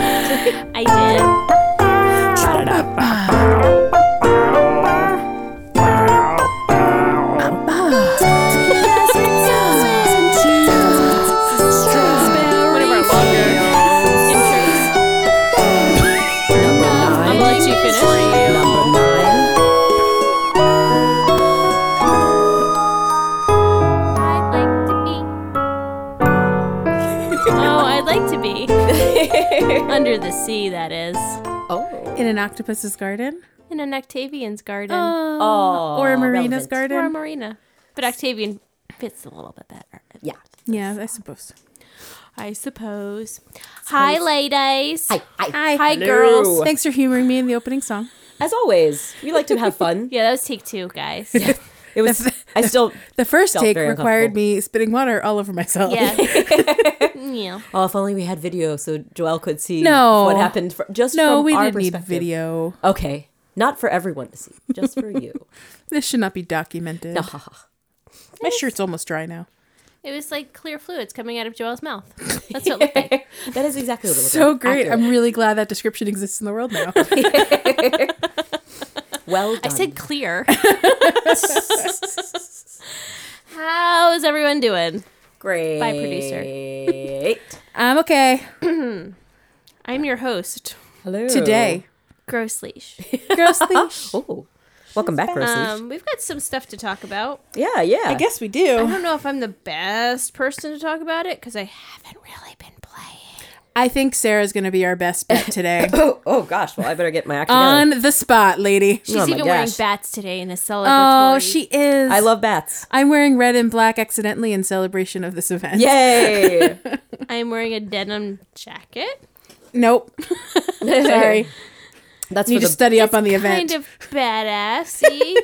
I did. One of our longer intros. I'll let you finish. I'd like to be. oh, I'd like to be. Under the sea, that is. In an octopus's garden? In an Octavian's garden. Oh, or a marina's relevant. garden? or a marina. But Octavian fits a little bit better. Yeah. yeah, I suppose. I suppose. Hi, ladies. Hi, hi. Hi. Hi, Hello. girls. Thanks for humoring me in the opening song. As always, we like to have fun. Yeah, that was take two, guys. It was. I still. The first Felt take very required uncomfortable. me spitting water all over myself. Yeah. yeah. Oh, if only we had video so Joelle could see No. what happened. fr- just No, from we our didn't need perspective. video. Okay, not for everyone to see, just for you. This should not be documented. No, ha, ha. My shirt's almost dry now. It was like clear fluids coming out of Joel's mouth. That's what it looked like. that is exactly what it was. So great. I'm really glad that description exists in the world now. well done. I said clear. How's everyone doing? great. Bye, producer. I'm okay. I'm your host, Hello. Today. Gross Leash. Gross leash. Oh, welcome back, Rosie. Um, we've got some stuff to talk about. yeah, yeah. I guess we I do. don't know if I'm the best person to talk about it because I haven't really been playing. I think Sarah's going to be our best bet today. Oh, oh gosh. Well, I better get my act together. On the spot, lady. She's Oh my even wearing gosh. bats today in a celebratory. Oh, she is. I love bats. I'm wearing red and black accidentally in celebration of this event. Yay! I'm wearing a denim jacket. Nope. Sorry. That's Need for to the study up on the event. Kind of badassy.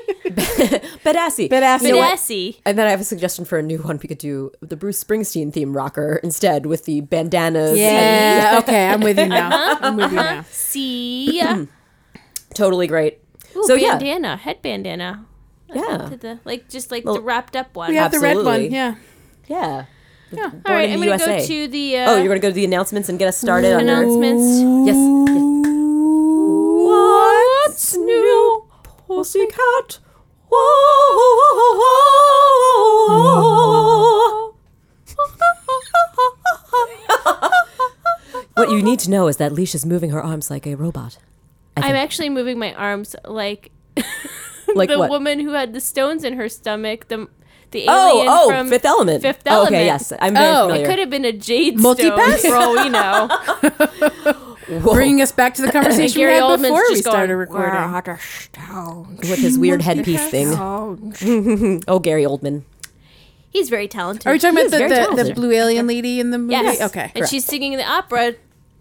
badassy. Badass- You know what? badassy. And then I have a suggestion for a new one we could do the Bruce Springsteen theme rocker instead with the bandanas. and- yeah. Okay. I'm with you Uh-huh. now. I'm with you now. See? totally great. Ooh, so yeah, bandana, head bandana. yeah, To the like just like the Little- wrapped up one. We have the red one. Absolutely. Yeah. yeah. Yeah. All right, in I'm the gonna go USA. to the uh, Oh, you're gonna go to the announcements and get us started on our announcements. yes. What's new, pussycat? what you need to know is that Leash is moving her arms like a robot. I'm actually moving my arms like Like the what? woman who had the stones in her stomach. The the alien oh, oh, from Fifth Element. Fifth Oh, okay, Element. yes, I'm very Oh. familiar. Could have been a jade Multipass? stone for all we know. Whoa. Bringing us back to the conversation we Gary had Oldman's before we just going, started recording. with his weird headpiece thing. oh, Gary Oldman. He's very talented. Are we talking He about is very the, the, the talented. blue alien lady in the movie? yes. Okay. And she's singing the opera.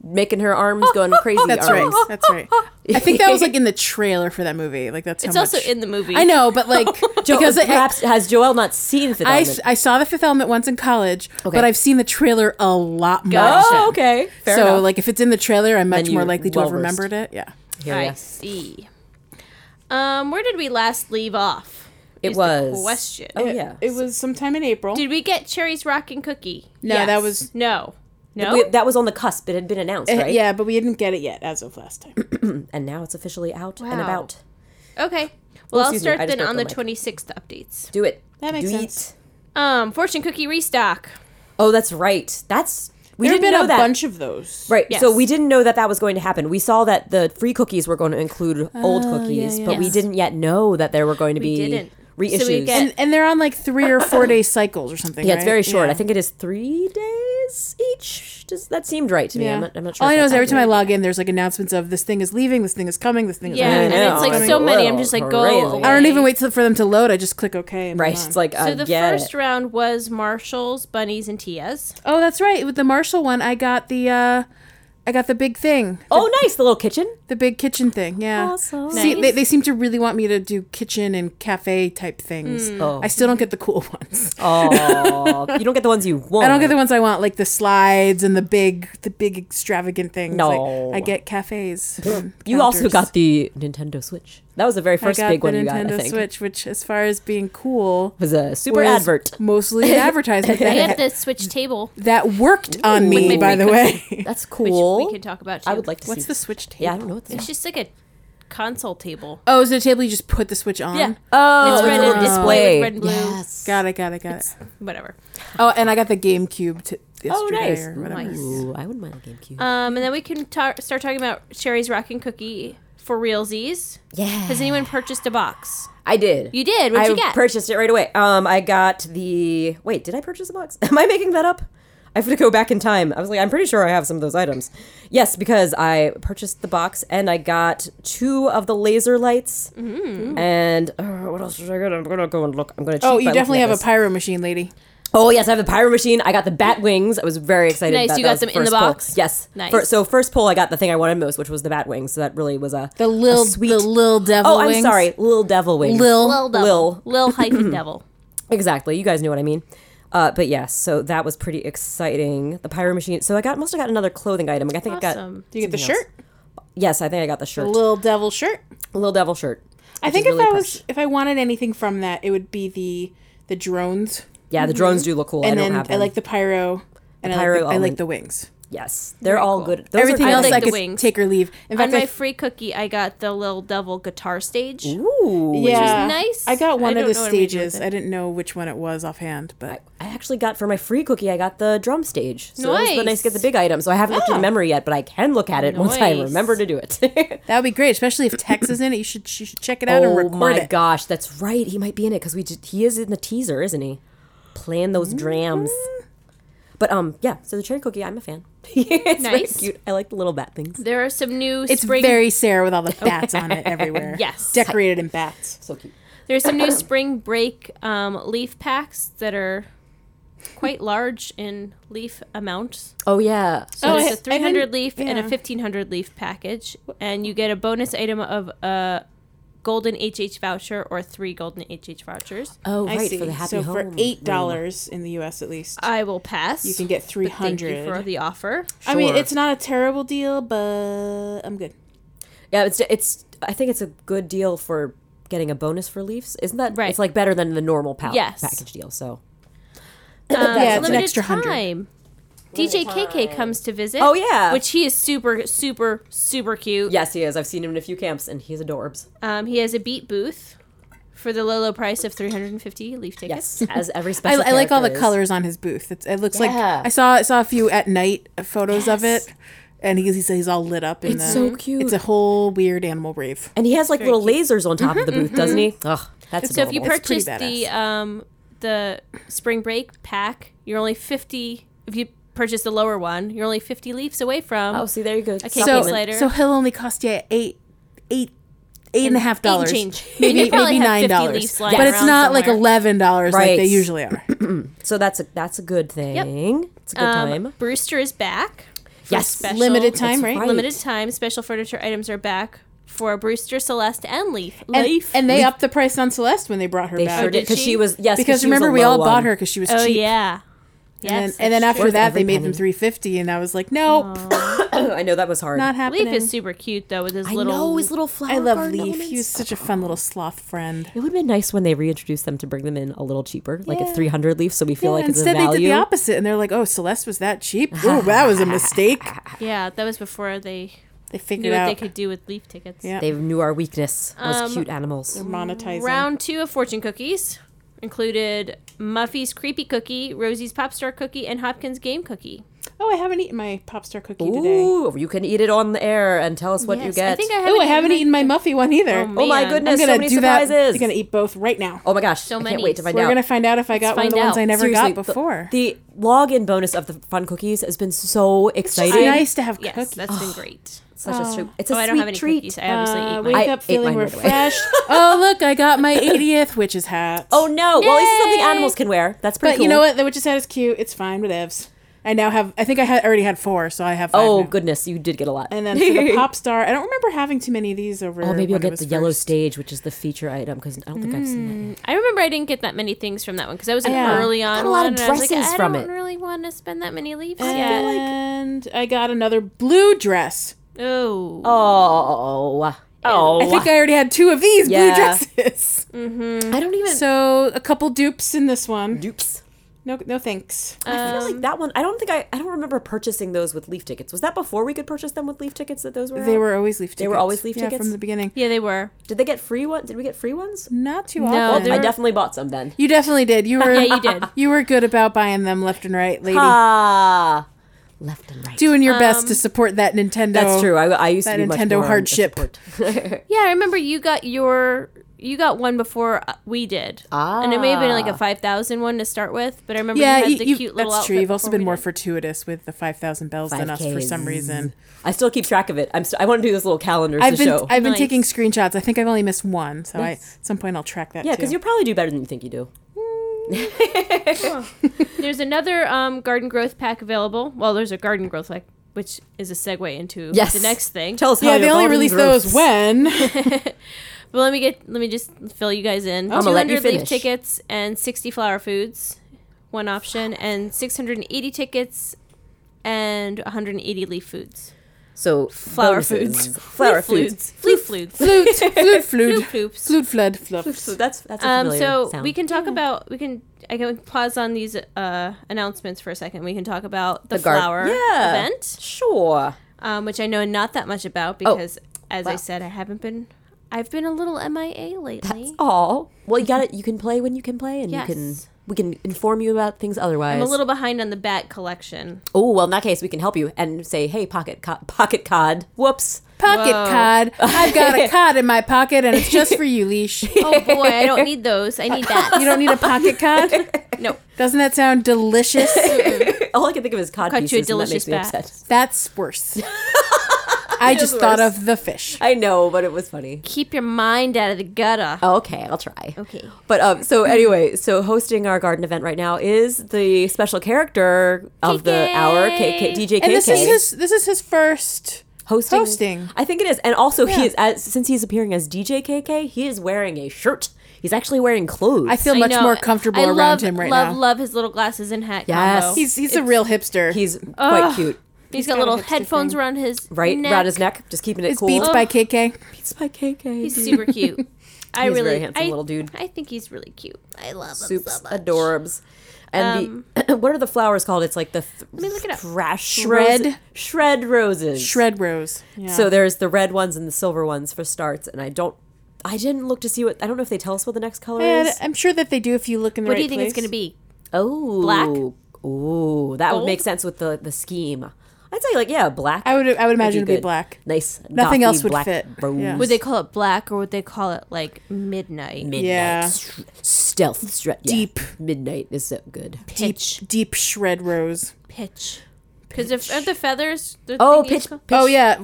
Making her arms going crazy. That's arms. right. That's right. I think that was like in the trailer for that movie. Like that's how It's much. also in the movie. I know, but Oh, like Jo- because I- perhaps has Joel not seen Fifth I, Element? I saw the Fifth Element once in college, Okay. but I've seen the trailer a lot more. oh, okay. Fair so enough. like if it's in the trailer, I'm much Then more you're likely to have well-versed. remembered it. Yeah. Here, I yeah. see. Um, where did we last leave off? it is the was question. Oh yeah, It was sometime in April. Did we get Cherry's Rockin' Cookie? No, that was- no, no. We- that was on the cusp. It had been announced, right? Eh, Yeah, but we didn't get it yet as of last time. And now it's officially out and Wow. about. Okay. Well, I'll excuse me, start I just then on the broke the 26th updates. Do it. That makes Do sense. It. Um, fortune cookie restock. Oh, that's right. That's we There have didn't been know a that. bunch of those. Right. Yes. So we didn't know that that was going to happen. We saw that the free cookies were going to include Oh, old cookies, but we Yes. didn't yet know that there were going to We be didn't. reissues. So we get- And, and they're on like three or four day cycles or something. yeah, it's right? very short. Yeah. I think it is three days each. Does that seemed right to me? Yeah. I'm, not, I'm not sure. All I if know is that's every time I accurate. log in, there's like announcements of this thing is leaving, this thing is coming, this thing is Yeah, I coming. and know, it's like it's so a many. I'm little just like crazy. go. I I don't even away. wait till, for them to load. I just click OK. And Right. move on. It's like So I the get first it. round was Marshalls, Bunnies, and Tias. oh, that's right. With the Marshall one, I got the uh, I got the big thing, Oh, nice the little kitchen. the big kitchen thing. Yeah. Awesome. See, they, Nice. they seem to really want me to do kitchen and cafe type things. Oh. I still don't get the cool ones. Oh, you don't get the ones you want. I don't get the ones I want, like the slides and the big, the big extravagant things. Like, No. I get cafes. and You also counters. got the Nintendo Switch. That was the very first I got big the one you got, Nintendo I think. Switch, which, as far as being cool, It was a super was advert. mostly an advertisement I that, have the Switch table, that worked on With my me. By the way, That's which cool. we could talk about too. I would like to what's see. the Switch table? Yeah, I don't know what this It's is. just like a console table. Oh, is it a table you just put the Switch on? Yeah. Oh, it's red a and little display with red and blue. Yes. Got it. Got it. Got it. Whatever. Oh, and I got the GameCube t- yesterday Oh, nice. or whatever. Nice. Ooh, I wouldn't mind a GameCube. Um, and then we can ta- start talking about Sherry's Rockin' Cookie for realsies. yeah. Has anyone purchased a box? I did. You did. What'd I you get? purchased it right away. Um, I got the. Wait, did I purchase a box? Am I making that up? I have to go back in time. I was like, I'm pretty sure I have some of those items. Yes, because I purchased the box and I got two of the laser lights. Mm-hmm. And uh, what else did I get? I'm gonna go and look. I'm gonna. Oh, cheat by you looking definitely at have a this. pyro machine, lady. Oh yes, I have the pyro machine. I got the bat wings. I was very excited. Nice, about you that got was them in first the pull. box? Yes. Nice. Fir- so first pull, I got the thing I wanted most, which was the bat wings. So that really was a The lil, sweet- the lil devil. Oh, I'm wings. sorry, little devil wings. Lil. Lil Devil. Lil hyphen Devil. Exactly. You guys knew what I mean. Uh, but yes, so that was pretty exciting. The pyro machine. So I got must have got another clothing item. I think I got Awesome. Do you get the Something shirt? yes, I think I got the shirt, The lil devil shirt. little devil shirt. I which think is if really I was precious. if I wanted anything from that, it would be the the drones, yeah, the drones do look cool. I Mm-hmm. and don't then have I them. like the pyro, and pyro I like the, I like element. the wings. yes, they're all cool. good. Those are Everything good else I, like items. the could wings. take or leave. In On fact, I my free cookie, I got the Lil Devil guitar stage. Ooh, yeah, nice. I got one I of don't the know what I'm gonna do with stages. it. I didn't know which one it was offhand, but I actually got for my free cookie. I got the drum stage. So it was the Nice. nice to get the big item. So I haven't looked in memory yet, but I can look at it once I Nice. remember to do it. that would be great, especially if Tex is in it. You should you should check it out and oh record my it. gosh, that's right. He might be in it because we just, he is in the teaser, isn't he? Playing those drams. But um, yeah. So the cherry cookie, I'm a fan. it's very Nice. cute. I like the little bat things. There are some new It's spring. very Sarah with all the bats on it everywhere. Yes. decorated in bats. So cute. There's some new spring break um, leaf packs that are quite large in leaf amounts. Oh yeah. So Oh, I- there's I a didn't- 300 leaf and a yeah. 1500 leaf package, and you get a bonus item of a golden HH voucher or three golden HH vouchers. oh I right see. for the happy so home. for eight dollars in the U.S. at least, I will pass. you can get three but thank you hundred. for the offer. I mean, Sure. it's not a terrible deal, but I'm good. Yeah, it's it's. I think it's a good deal for getting a bonus for leaves. Isn't that Right. It's like better than the normal pa- Yes. package deal. So Um, Yeah, it's an limited extra 100. time. DJ KK comes to visit. Oh, yeah. which he is super, super, super cute. yes, he is. I've seen him in a few camps, and he's adorbs. Um, he has a beat booth for the low, low price of 350 leaf tickets. Yes, as every I, special. I like all the character is. colors on his booth. It's, it looks Yeah. like I saw I saw a few at night photos of it, and he's he's, he's all lit up. In It's the- so cute. Mhm. It's a whole weird animal rave. And he has like little lasers on top of the Mm-hmm, booth, doesn't he? Ugh, that's So if you adorable. It's pretty purchase the um, the spring break pack, you're only 50. If you purchase the lower one, you're only 50 leafs away from. Oh, see, there you go. Okay, So- So Supplement. later. so he'll only cost you eight eight eight and a half dollars. change. You Maybe probably maybe have 50 nine dollars. leaves lying But it's around not like somewhere. eleven dollars like Right. they usually are. So that's a that's a good thing. It's a good um, time. Brewster is back. for Yes. Limited time, That's right? right. Limited time. Special furniture items are back for Brewster, Celeste, and Leaf. And, Leaf. and they upped the price on Celeste when they brought her They back. sure did did because she? she was yes. 'cause Oh, Because she was remember, a we low all bought one. her because she was oh cheap. yeah. And Yes. then, and then that's after Worth that, every they made them penny. three fifty, and I was like, nope, I know that was hard. not true. happening. Leaf is super cute though with his I little. know his little flower. I love garden Leaf. elements. He was such a fun little sloth friend. It would have been nice when they reintroduced them to bring them in a little cheaper, like at 300 leaf, so we feel like it's Instead, a they value. did the opposite, and they're like, "Oh, Celeste was that cheap? Ooh, that was a mistake." Yeah, that was before they They knew figured what they out could do with leaf tickets. Yeah. They knew our weakness was Um, cute animals. monetizing. Round two of fortune cookies included Muffy's creepy cookie, Rosie's pop star cookie, and Hopkins game cookie. oh, I haven't eaten my pop star cookie today. Ooh, you can eat it on the air and tell us what you Yes, get. I think I Oh, haven't. I haven't eaten my Muffy one either. Oh, oh my man. goodness, I'm gonna so many do surprises! that. I'm gonna eat both right now. oh my gosh, So I can't many. wait to find We're out. gonna find out if I got one of the find ones out. I never Seriously, got the- before. The, login bonus of the fun cookies has been so exciting. It's nice uh, to have Yes, cookies. that's been great. Such a su- it's a Oh, sweet I don't have any treat. cookies. I obviously Uh, eat mine. wake I up ate feeling mine right away. refreshed. oh, look, I got my 80th witch's hat. Oh no! Well, this is something Yay! animals can wear. That's pretty but cool. you know what? The witch's hat is cute. It's fine, whatevs. I now have. I think I had already had four, so I have. Five Oh now. goodness, you did get a lot. And then for the pop star, I don't remember having too many of these over. oh, maybe you'll when it get was the yellow first. Mm. stage, which is the feature item, because I don't think I've seen that. yet. I remember I didn't get that many things from that one because I was an Yeah. early on got a lot one, of and I was like, dresses I from don't it. really want to spend that many leaves yet. And I got another blue dress. Oh, Oh, Oh, I think I already had two of these Yeah. blue dresses. I don't even. So a couple dupes in this one. Dupes. No, no thanks. Uh, I feel um, like that one. I don't think I. I don't remember purchasing those with leaf tickets. Was that before we could purchase them with leaf tickets? That those were. They out? were always leaf tickets. They were always leaf Yeah, tickets? from the beginning. Yeah, they were. Did they get free one? Did we get free ones? Not too No, often. they I were- definitely bought some then. you definitely did. You were. Yeah, you did. You were good about buying them left and right, lady. Ah, left and right. Doing your best Um, to support that Nintendo. That's true. I, I used that to be much Nintendo more on the hardship. support. Yeah, I remember you got your you got one before uh, we did. And it may have been like a 5000 one to start with, but I remember Yeah, you had you, the you- cute little that's true. outfit You've also before been we more did. fortuitous with the five thousand bells than us for some 5Ks. reason. I still keep track of it. I'm. St- I want to do this little calendar to I've been show. I've been Nice. taking screenshots. I think I've only missed one, so I, at some point I'll track that. yeah, because too. you'll probably do better than you think you do. There's another um, garden growth pack available. Well, there's a garden growth pack which is a segue into Yes. the next thing. Tell us how yeah. They your only garden released grows. those when But let me get let me just fill you guys in. I'ma let you 200 leaf finish. tickets and 60 flower foods, one option, and 680 tickets and 180 leaf foods. So Flower bonuses. foods. Flower leaf foods. Leaf foods. flute flute flute floops. flute flood fluffs. So that's that's a Um, familiar so sound. we can talk about we can I can pause on these uh, announcements for a second. We can talk about the, The gar- flower Yeah. event, sure. um, which I know not that much about Oh. because, as I said, I haven't been. I've been a little MIA lately. Oh well, you got it. You can play when you can play, and you can Yes. we can inform you about things otherwise. I'm a little behind on the bat collection. Oh well, in that case, we can help you and say, "Hey, pocket co- pocket cod." Whoops. Pocket Whoa. cod. I've got a cod in my pocket, and it's just for you, leash. You Oh boy, I don't need those. I need that. don't need a pocket cod. No, Doesn't that sound delicious? All I can think of is cod Cut pieces, you a and that delicious makes me bat. upset. That's worse. I just thought worse. of the fish. I know, but it was funny. keep your mind out of the gutter. Oh. Okay, I'll try. Okay. But um, so anyway, so hosting our garden event right now is the special character of the KK. hour, KK, DJ And this KK, is his. This is his first. hosting. hosting. I think it is, and also he Yeah. is as since he's appearing as DJ KK, he is wearing a shirt. He's actually wearing clothes. I feel I much know. more comfortable I around love- him right love, now. Love, his little glasses and hat. Yes. combo. he's he's a real hipster. he's quite cute, he's got, got a little hipster headphones thing. around his right? neck. Around his neck, just keeping it it's cool. Oh, Beats by KK. Beats by KK. He's super cute. I He's a really very handsome I, little dude. I think he's really cute. I love him soups, so much. adorbs. And Um, the what are the flowers called? It's like the th- Let me look it up. thrash Shred. rose- shred roses. Shred rose. Yeah. So there's the red ones and the silver ones for starts. And I don't, I didn't look to see what. I don't know if they tell us what the next color And is. Oh, I'm sure that they do if you look in the What right do you think it's place. gonna be? Oh, black? Ooh, that would make Gold? sense with the the scheme. I'd say like yeah, black. I would I would imagine it'd be good. black. Nice. Nothing gothy else would black fit. Rose. Yeah. Would they call it black or would they call it like midnight? Midnight. Yeah. str- Stealth. Str- yeah. Deep. Midnight is so good. Deep pitch deep shred rose. pitch. Because if are the feathers the Oh, thingies pitch, called- pitch- Oh yeah,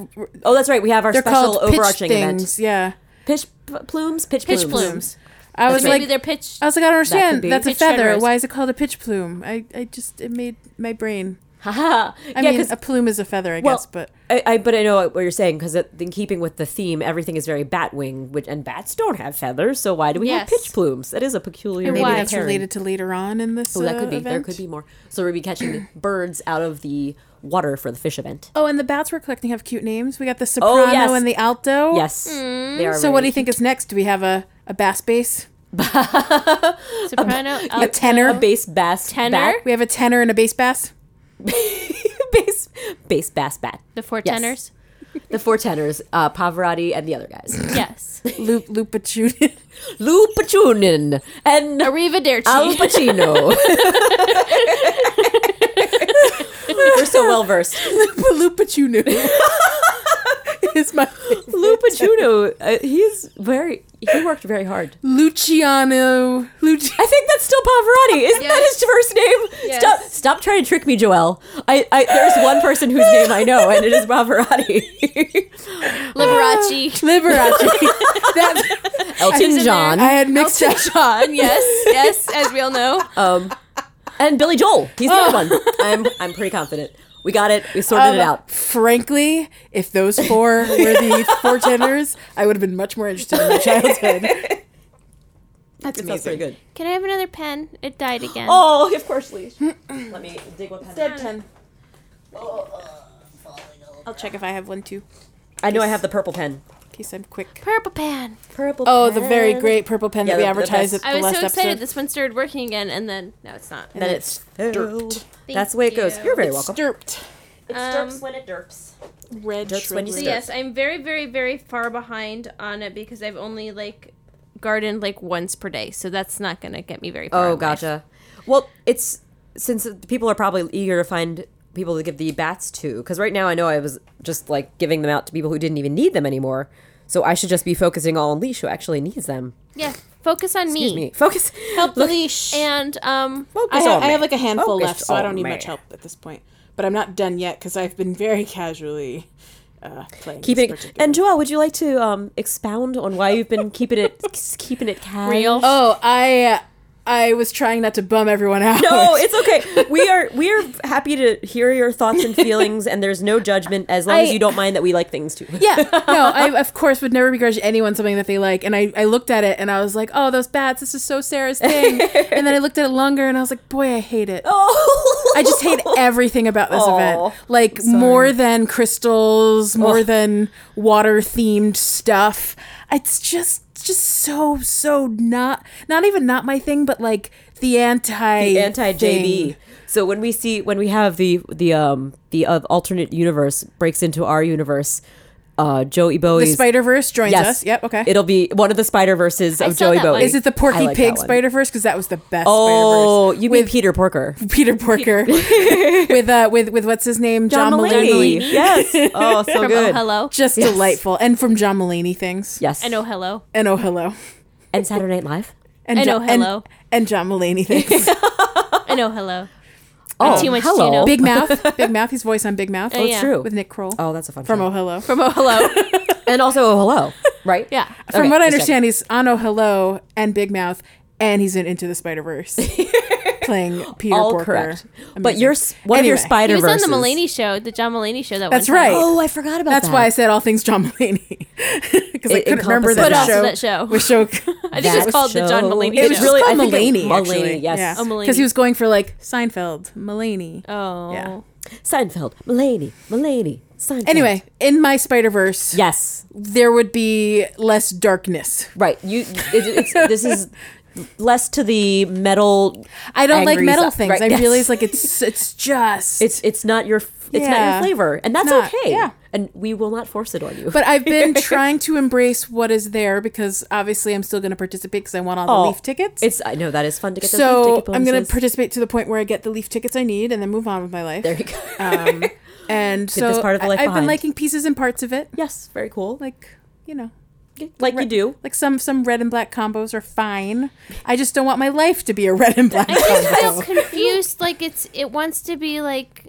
Oh, that's right. We have our they're special called pitch overarching event. things. Yeah, Pitch p- plumes? Pitch, pitch plumes. plumes. I was Maybe like, um, they're pitch I was like, I don't understand. be. That's a Pitch shred feather. rose. Why is it called a pitch plume? I I just it made my brain. Haha. I yeah, mean, because a plume is a feather, I Well, guess, but I, I but I know what you're saying because in keeping with the theme, everything is very bat wing, which and bats don't have feathers, so why do we have Yes. pitch plumes? That is a peculiar. Maybe maybe why? that's related to later on in this. uh, Oh, that could be. There event. could be more. So we'll be catching birds out of the water for the fish event. Oh, and the bats we're collecting have cute names. We got the soprano Oh, yes. and the alto. Yes, they are. Mm, So what do you think is next? Do we have a, a bass bass? soprano. Oh, A alto, tenor? A bass bass Tenor? we have a tenor and a bass bass? bat. bass bass bass bat. the four Yes. tenors. The four tenors, uh, Pavarotti and the other guys. Yes. Loop loop a tune. Lou Pachunin and Arrivederci. Al Pacino. We're so well versed. Lupacunu is my Lou Pacino, uh, he's very, he worked very hard. Luciano. Luci- I think that's still Pavarotti. Isn't that his first name? Yes. Stop, stop trying to trick me, Joelle. I, I, there's one person whose name I know, and it is Pavarotti. Liberace. Liberace. That- in Elton there. I John had mixed up. John. Yes. Yes. As we all know. and Billy Joel. He's the other one. Um, I'm, I'm pretty confident. We got it. We sorted it out. Frankly, if those four were the four tenors, I would have been much more interested in my childhood. That's sounds pretty good. Can I have another pen? It died again. Oh, of course, Lee. Let me dig what pen. I'll check if I have one too. I know I have the purple pen. case I'm quick. Purple pan. Purple. Oh, the pen. very great purple pen Yeah, that we the- the advertised at best. the I was last so excited episode. this one started working again, and then no, it's not. Then it's Dirt. filled. Thank That's the way it goes. you. You're very It's welcome. derped. It derps Um, when it derps. Red Derp's when you So start. shrubbery. yes, I'm very, very, very far behind on it because I've only like gardened like once per day, so that's not gonna get me very far. in Oh, life. gotcha. Well, it's since people are probably eager to find people to give the bats to, because right now I know I was just like giving them out to people who didn't even need them anymore. So I should just be focusing all on Leash, who actually needs them. Yeah, focus on Excuse me. me. Focus. Help the Look- leash. And um, I, Focus ha- on I have me. like a handful Focus left, so I on don't need me. much help at this point. But I'm not done yet because I've been very casually uh, playing. Keeping this it. particular- And Joelle, would you like to um, expound on why you've been keeping it keeping it casual? real. oh, I uh, I was trying not to bum everyone out. No, it's okay. We are we are happy to hear your thoughts and feelings, and there's no judgment as long as I- you don't mind that we like things too. yeah. No, I of course would never begrudge anyone something that they like. And I, I looked at it and I was like, oh, those bats. This is so Sarah's thing. and then I looked at it longer and I was like, boy, I hate it. Oh, I just hate everything about this Aw, event. Like more than crystals, more than water themed stuff. It's just just so so not not even not my thing, but like the anti anti JB. thing. So when we see when we have the the um the uh, alternate universe breaks into our universe, uh Joey The Bowie's Spider Verse joins yes, us. Yep. Okay. It'll be one of the Spider Verses of saw Joey that Bowie. one. Is it the Porky I like Pig that one. Spider Verse? Because that was the best. Oh, Spider-Verse. you mean with Peter Porker? Peter Porker with uh with with what's his name John, Mulaney. Yes. Oh, so From good. Oh Hello. Just delightful, and from John Mulaney things. Yes. And Oh Hello. And oh hello. And Saturday Night Live. And And Jo- Oh Hello. And, and John Mulaney things. And Oh Hello. Oh, too much hello. Gino. Big Mouth. Big Mouth. He's voice on Big Mouth. Oh, That's yeah. true. With Nick Kroll. Oh, that's a fun from show. Oh Hello. From, From Oh Hello. and also oh, hello, right? Yeah. Okay, what I just understand, he's on Oh Hello and Big Mouth, and he's in Into the Spider Verse, playing Peter all Porker. correct. But Amazing. your s- one of your Anyway, he Spider was on Verses. the Mulaney show, the John Mulaney show. That That's one time. right. Oh, I forgot about That's that. why I said all things John Mulaney because I It couldn't remember encompasses that, But also show that show. Was show. I think it was called the John Mulaney It show. was It's really I called think it- Mulaney. actually. Mulaney, yes. Oh, Mulaney. because he was going for like Seinfeld, Mulaney. Oh. Yeah. Seinfeld, Mulaney, Mulaney, Seinfeld. Anyway, in my Spider Verse, yes, there would be less darkness. right. You, it, it's, this is less to the metal. I don't like angry metal side, things. right? I Yes. realize like it's it's just It's it's not your it's not your Yeah. flavor, and that's Not- okay. yeah. and we will not force it on you. But I've been trying to embrace what is there because obviously I'm still going to participate because I want all the Oh, leaf tickets. it's I know that is fun to get. those leaf so ticket I'm going to bonuses. participate to the point where I get the leaf tickets I need and then move on with my life. There you go. Um, and so this part of the I- life I've been behind. liking pieces and parts of it, yes, very cool. Like, like you know, you do. like some some red and black combos are fine. I just don't want my life to be a red and black combo. I'm confused. Like it's it wants to be like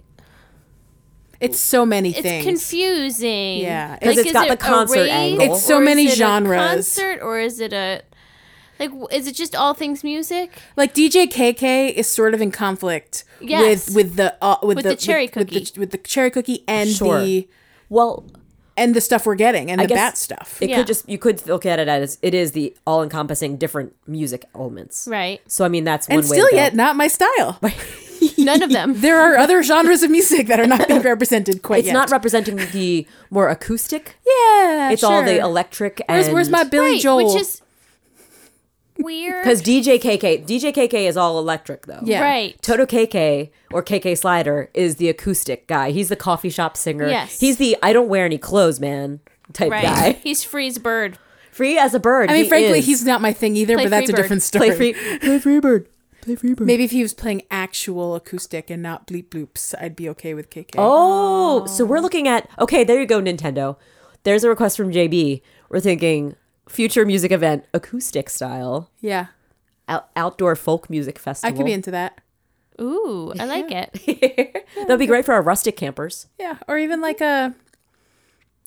It's so many it's things. confusing. Yeah. 'Cause Like, it's is got it the concert a race, angle. It's so or is many it a genres. concert or is it a like? w- Is it just all things music? like DJ KK is sort of in conflict Yes. with with the uh, with, With the cherry with the, cookie. with the cherry cookie and Sure. the Well, and the stuff we're getting and the guess bat stuff. it Yeah. could just you could look at it as it is the all encompassing different music elements. Right. So I mean that's one and way. still to go. yet not my style. None of them. There are other genres of music that are not being represented quite it's yet. not representing the more acoustic. yeah, It's all the sure. electric. Where's, where's my Billy right, Joel? which is weird. Because DJ KK, DJ KK is all electric though. Yeah. right. Toto KK or KK Slider is the acoustic guy. He's the coffee shop singer. Yes. He's the I don't wear any clothes man type Right. guy. He's freeze bird. Free as a bird. I mean, he frankly, is. he's not my thing either. Play but that's a Freebird. different story. play free. Play free bird. Play free bird. Maybe if he was playing actual acoustic and not bleep bloops, I'd be okay with KK. Oh, so Ah. we're looking at okay. There you go, Nintendo. There's a request from JB. We're thinking future music event, acoustic style, yeah, out- outdoor folk music I festival. could be into that. Ooh, I like it. That'd be great for our rustic campers. Yeah, or even like a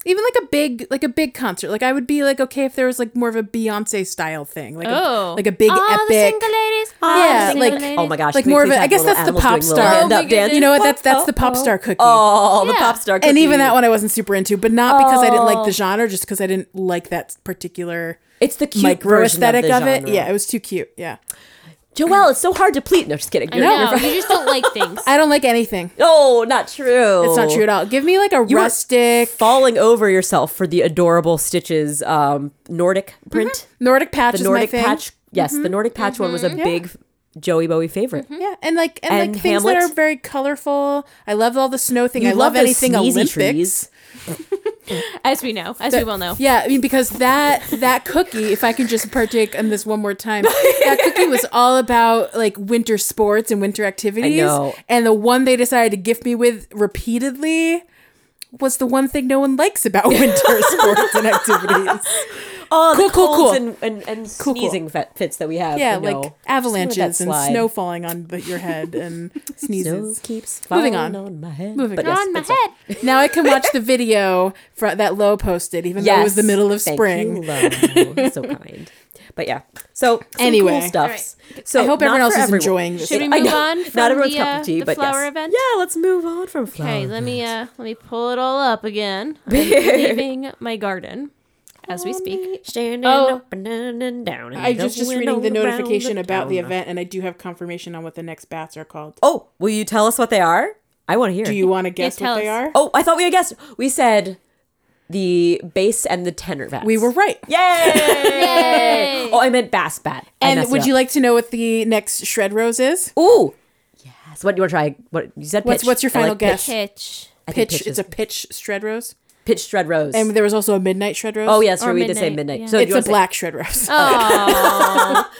even like a big like a big concert. Like I would be like okay if there was like more of a Beyonce style thing, like Oh, a, like a big all The epic, single ladies, all Yeah, the single like- ladies. Oh my gosh! like can we more of please a. I have guess little that's the animals pop doing little star. Oh my hand-up dance? you know what? That's that's the pop Oh, star cookie. Oh, the Yeah. pop star. Cookie. and even that one I wasn't super into, but not because I didn't Oh. like the genre, just because I didn't like that particular It's the cute micro version aesthetic of, the it. genre. Yeah, it was too cute. Yeah, Joelle, it's so hard to please. No, just kidding. I You're- know. you're- You just don't like things. I don't like anything. No, not true. It's not true at all. Give me like a Oh. were- rustic Falling over yourself for the adorable stitches um, Nordic print. Mm-hmm. Nordic patch The is Nordic my thing. patch. Yes, the Nordic patch one was a big Joey Bowie favorite. Yeah, and like and, And like things that Hamlet. are very colorful. I love all the snow thing. You I love, those anything sneezy Olympics. trees. as we know, as we well know. Yeah, I mean because that that cookie, if I can just partake in this one more time, that cookie was all about like winter sports and winter activities. know. And the one they decided to gift me with repeatedly was the one thing no one likes about winter sports and activities. Oh, Cool, the cool, colds cool. And, and, and Cool, cool. sneezing fe- fits that we have. Yeah, I know. like Just avalanches wanna and let that snow slide. falling on the- your head and sneezes. Snow keeps falling Moving on. on. my head. Moving But on. yes, on my that's all. head. Now I can watch the video for that Lo posted, even though it was the middle of Thank spring. you, Lo. You're so kind. But yeah. So some Anyway. cool stuffs. So I hope not everyone else for is everyone. enjoying this. Should we I move know, on from not everyone's the, cup uh, of tea, the but flower yes. event? Yeah, let's move on from flower. Okay, let me uh let me pull it all up again. I'm leaving my garden as we speak. Standing Oh. up and down and down. I was just reading the notification about the event, and I do have confirmation on what the next bats are called. Oh, will you tell us what they are? I want to hear. Do you want to guess tell what they us. are? Oh, I thought we had guessed. We said the bass and the tenor bass. We were right. Yay! Yay! oh, I meant bass bat. I And messed would it up. you like to know what the next shred rose is? Ooh. Yes. What do you want to try? What you said? What's- pitch. what's your I final pitch. guess? Pitch. I think Pitch. It's is- a pitch shred rose. pitch shred rose. And there was also a midnight shred rose. oh yes, or sure, we did say midnight, midnight. yeah. So do you It's a wanna say- black shred rose. Oh,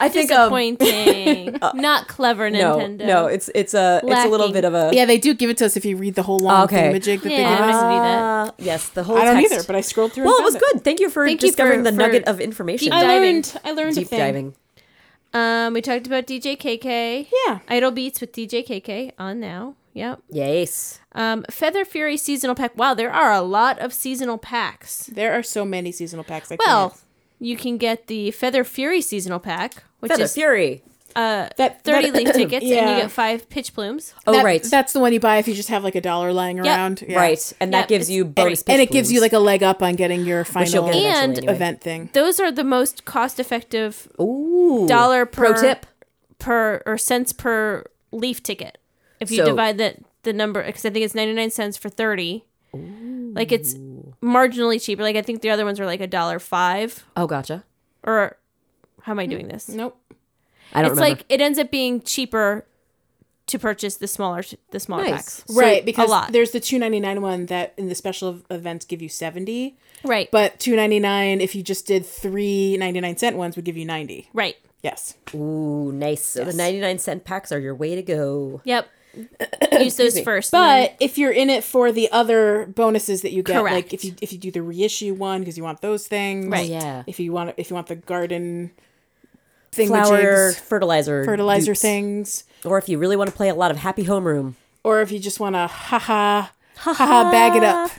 I think um, disappointing. Not clever, no, Nintendo. no. It's it's a it's a little Lacking. bit of a yeah, they do give it to us if you read the whole long Okay. thingamajig that Yeah. they give us. to do that. Uh, yes, the whole. I don't text. either, but I scrolled through. Well, and it was found good. Thank you for Thank you discovering for- the nugget for of information. deep I diving. learned- I learned Deep diving. Um, we talked about DJ KK. Yeah. Idle Beats with DJ KK on now. Yep. Yes. Um, Feather Fury seasonal pack. Wow, there are a lot of seasonal packs. There are so many seasonal packs. I Well, you can get the Feather Fury seasonal pack, which Feather is Fury. uh, That- 30 that- link tickets, and you Yeah. get five pitch plumes. Oh That- right, That's the one you buy if you just have like a dollar lying around. Yeah. right, and Yeah, that gives it's- you bonus. And it gives you like a leg up on getting your final get And- eventually anyway. event thing. Those are the most cost effective Ooh. dollar per pro tip. per or cents per leaf ticket. If you So- divide that the number, because I think it's ninety nine cents for thirty, like it's marginally cheaper. Like I think the other ones were like a dollar five Oh, gotcha. or how am I doing this? Nope. Mm, I don't It's remember. like it ends up being cheaper to purchase the smaller the smaller Nice. packs. So right, because a lot. there's the 2.99 one that in the special events give you 70, right, but but 2.99 if you just did 3 99 cent ones would give you 90. right, Yes. Ooh, nice. So the 99 cent packs are your way to go. yep. Use those first, and then- But if you're in it for the other bonuses that you get, Correct. like if you if you do the reissue one because you want those things, Right. yeah. If you want if you want the garden thing, Flour, fertilizer, fertilizer dupes. things, Or if you really want to play a lot of Happy Homeroom. or if you just want to haha haha bag it up.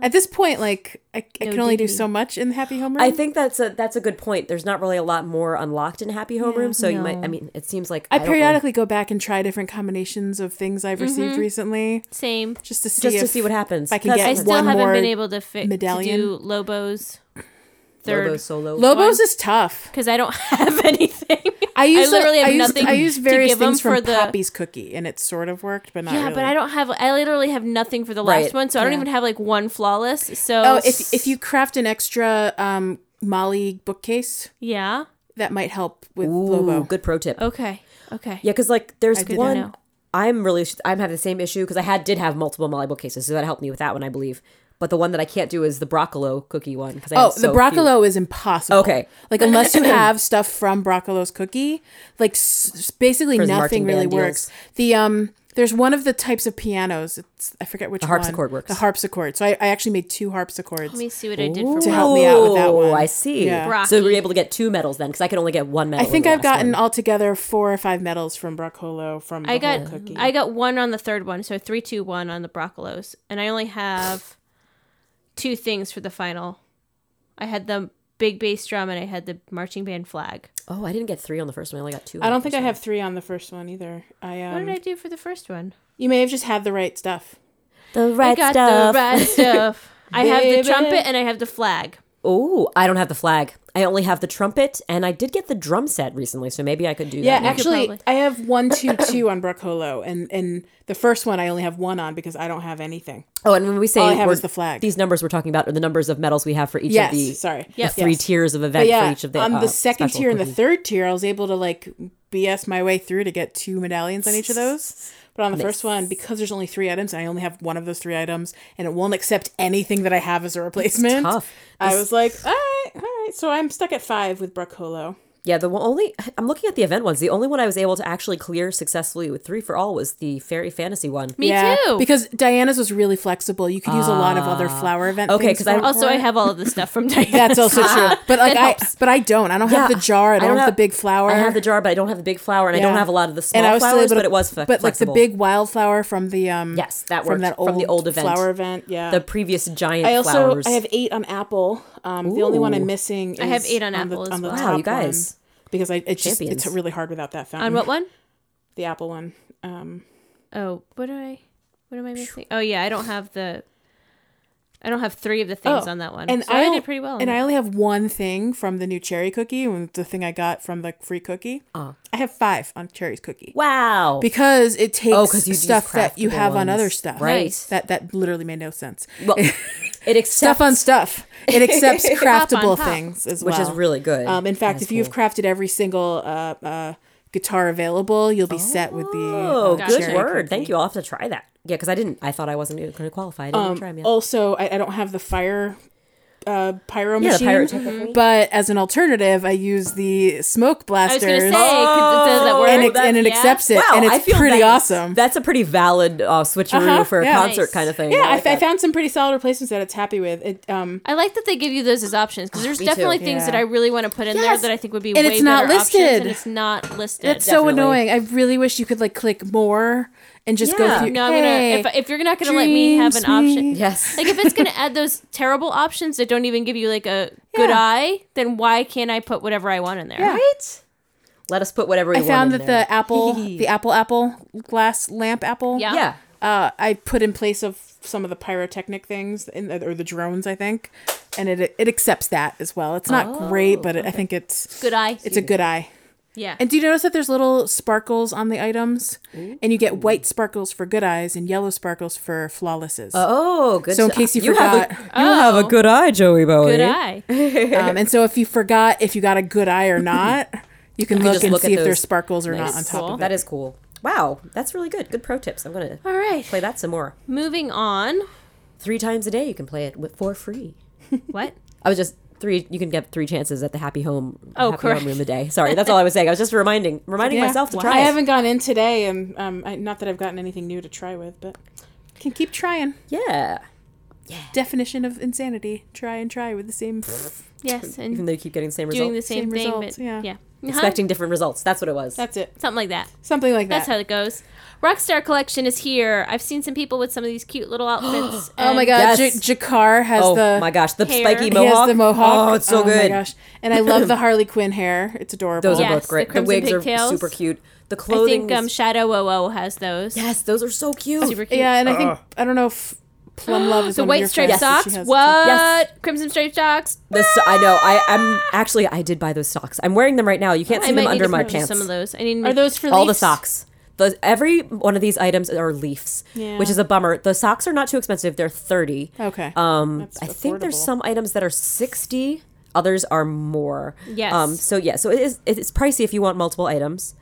At this point, like I, I can only do so much in Happy Home Room. I think that's a that's a good point. There's not really a lot more unlocked in Happy Homeroom, so you might. I mean, it seems like I don't know. periodically go back and try different combinations of things Mm-hmm. I've received recently, same. just to see just to if- see what happens. I can That's get I the still one haven't more been able to fit medallion. to do Lobos third Lobo solo. Lobos is tough. because I don't have anything. I use literally have I use, nothing I use to various give 'em things from for the- Poppy's cookie, and it sort of worked, but not yeah, really. but I don't have. I literally have nothing for the last Right. one, so I don't even have like one flawless. So Oh, if if you craft an extra um, Molly bookcase, yeah, that might help with Ooh, Lobo. good pro tip. okay, okay, Yeah, because like there's Oh. didn't one. know. I'm really sh- I'm having the same issue because I had did have multiple Molly bookcases, so that helped me with that one, I believe. But the one that I can't do is the broccolo cookie one because Oh, the broccolo is impossible. Okay. like unless you have stuff from broccolo's cookie, like s- s- basically his nothing marching really band deals. works. The um, there's one of the types of pianos. It's I forget which the harpsichord works. The harpsichord. So I, I actually made two harpsichords Let me see what I did for to mine. help me out with that one. Oh, I see. Yeah. So we were Rocky. able to get two medals then because I could only get one I medal. think in the I've last gotten one. altogether four or five medals from broccolo from the I whole got cookie. I got one on the third one, so three, two, one on the broccolos, and I only have two things for the final. I had the big bass drum and I had the marching band flag. Oh, I didn't get three on the first one. I only got two. I don't think I have three on the first one either. I um, What did I do for the first one? you may have just had the right stuff. the right I got stuff. the right stuff. I have the Baby. trumpet and I have the flag. Oh, I don't have the flag. I only have the trumpet, and I did get the drum set recently, so maybe I could do Yeah, that. now. actually, probably- I have one, two, two on Brocolo, and and the first one I only have one on because I don't have anything. Oh, and when we say All I have we're- is the flag. these numbers we're talking about are the numbers of medals we have for each Yes, of the, sorry. the Yep. three Yes. tiers of event But yeah, for each of the on uh, the second special tier and the cookies. third tier, I was able to like BS my way through to get two medallions on each of those. But on the first one, because there's only three items and I only have one of those three items, and it won't accept anything that I have as a replacement. tough. I was like, all right, all right. So I'm stuck at five with Brocolo. Yeah, the one- only I'm looking at the event ones. The only one I was able to actually clear successfully with three for all was the fairy fantasy one. Me too. Because Diana's was really flexible. You could use a lot of other flower event. okay, things 'cause I- for- also, for I it. have all of the stuff from Diana. That's also true. But like I but I don't. I don't have Yeah, the jar. I don't, have the big flower. I have the jar, but I don't have the big flower, and I don't Yeah. have a lot of the small flowers. able to- but it was fle- but flexible. like the big wildflower from the um Yes, that from worked, that old from the old event. flower event. Yeah. the previous giant I also flowers. I have eight on Apple. Um, the only one Ooh. I'm missing. Is I have eight on Apple as the, on the well. top Wow, you guys. one, because I it's just Champions. it's really hard without that fountain. On what one? The Apple one. Um, Oh, what do I? What am I missing? Oh yeah, I don't have the. I don't have three of the things Oh, on that one. and And I I'll- did pretty well. on and that. I only have one thing from the new cherry cookie, and the thing I got from the free cookie. Oh. I have five on cherry's cookie wow. because it takes Oh, 'cause you use stuff that you craftable have on other ones, stuff. right. Nice. That that literally made no sense. well, it accepts stuff on stuff. It accepts craftable Pop on pop. things as which well, is really good. Um, in fact, That's if you've cool. crafted every single uh, uh, guitar available, you'll be set with the. oh, uh, good cherry word. Thank you. I'll have to try that. Yeah, because I didn't. I thought I wasn't going to qualify. I didn't try oh, 'em yet. Um, Also, I, I don't have the fire uh, pyro Yeah, the machine, pyrotechnic. but as an alternative, I use the smoke Mm-hmm. I was gonna say, Oh, blasters, 'cause it- does that work? Oh, and it, that- and it yeah. accepts it, and it's pretty that- awesome. That's a pretty valid uh, switcheroo Uh-huh, for a yeah. concert Nice. kind of thing. yeah, I, like uh, f- I that. found some pretty solid replacements that it's happy with. It, um, I like that they give you those as options because there's me too. definitely things that Yeah. I really want to put in there Yes. that I think would be And way it's not better options, listed. and it's not listed. it's so definitely. annoying. I really wish you could like click more and just Yeah. go through. no, I'm hey, gonna, if, if you're not gonna let me have an dream option, sweet. Yes. like if it's gonna add those terrible options that don't even give you like a good Yeah. eye, then why can't I put whatever I want in there? right? Let us put whatever we I want found in that there. the apple, the apple apple glass lamp apple. Yeah. yeah. Uh, I put in place of some of the pyrotechnic things in the, or the drones, I think, and it it accepts that as well. It's not Oh, great, but it, I think it's Good eye. it's a good eye. yeah. And do you notice that there's little sparkles on the items, and you get white sparkles for good eyes and yellow sparkles for flawlesses. Oh, good. So in to- case you have a- forgot- you have a good eye, Joey Bowie. good eye. Um, and so if you forgot if you got a good eye or not, you can look just and look at see if there's those. sparkles or not on Nice. top of it. That is cool. Wow, that's really good. Good pro tips. I'm gonna All right. play that some more. Moving on. Three times a day, you can play it with, for free. What? I was just three. You can get three chances at the happy home. Oh, happy correct. home room a day. Sorry, that's all I was saying. I was just reminding reminding Yeah. myself to Wow. try. I it. haven't gone in today, and um, I, not that I've gotten anything new to try with, but can keep trying. Yeah, Definition of insanity: try and try with the same. Yes, and even though you keep getting the same doing result, the same, Same thing, results, but yeah. yeah, expecting different results. That's what it was. That's it. Huh? something like that. Something like That's that. how it goes. Rockstar Collection is here. I've seen some people with some of these cute little outfits. oh my and- god, Yes. J- Jakar has oh the my gosh, the hair. spiky He he mohawk. has the mohawk. Oh, it's so oh good. My gosh, and I love the Harley Quinn hair. It's adorable. Those Yeah. are Yes, both great. the The, wigs crimson are pigtails. super cute. The I clothing. think um, is- Shadow WoWo has those. yes, those are so cute. Super cute. yeah, and I think I don't know if Plum Love is The one of white your striped friends, but she socks. has it, too. What? Yes. Crimson striped socks. The so- I know. I, I'm actually. I did buy those socks. I'm wearing them right now. You can't see I might them need under to my purchase pants. some of those. I need to Are make- those for All the leaves? socks. The, every one of these items are leafs, Yeah. which is a bummer. The socks are not too expensive. They're thirty. Okay. Um, That's I think there's affordable. some items that are sixty. Others are more. Yes. Um, so yeah. So it is. It's pricey if you want multiple items.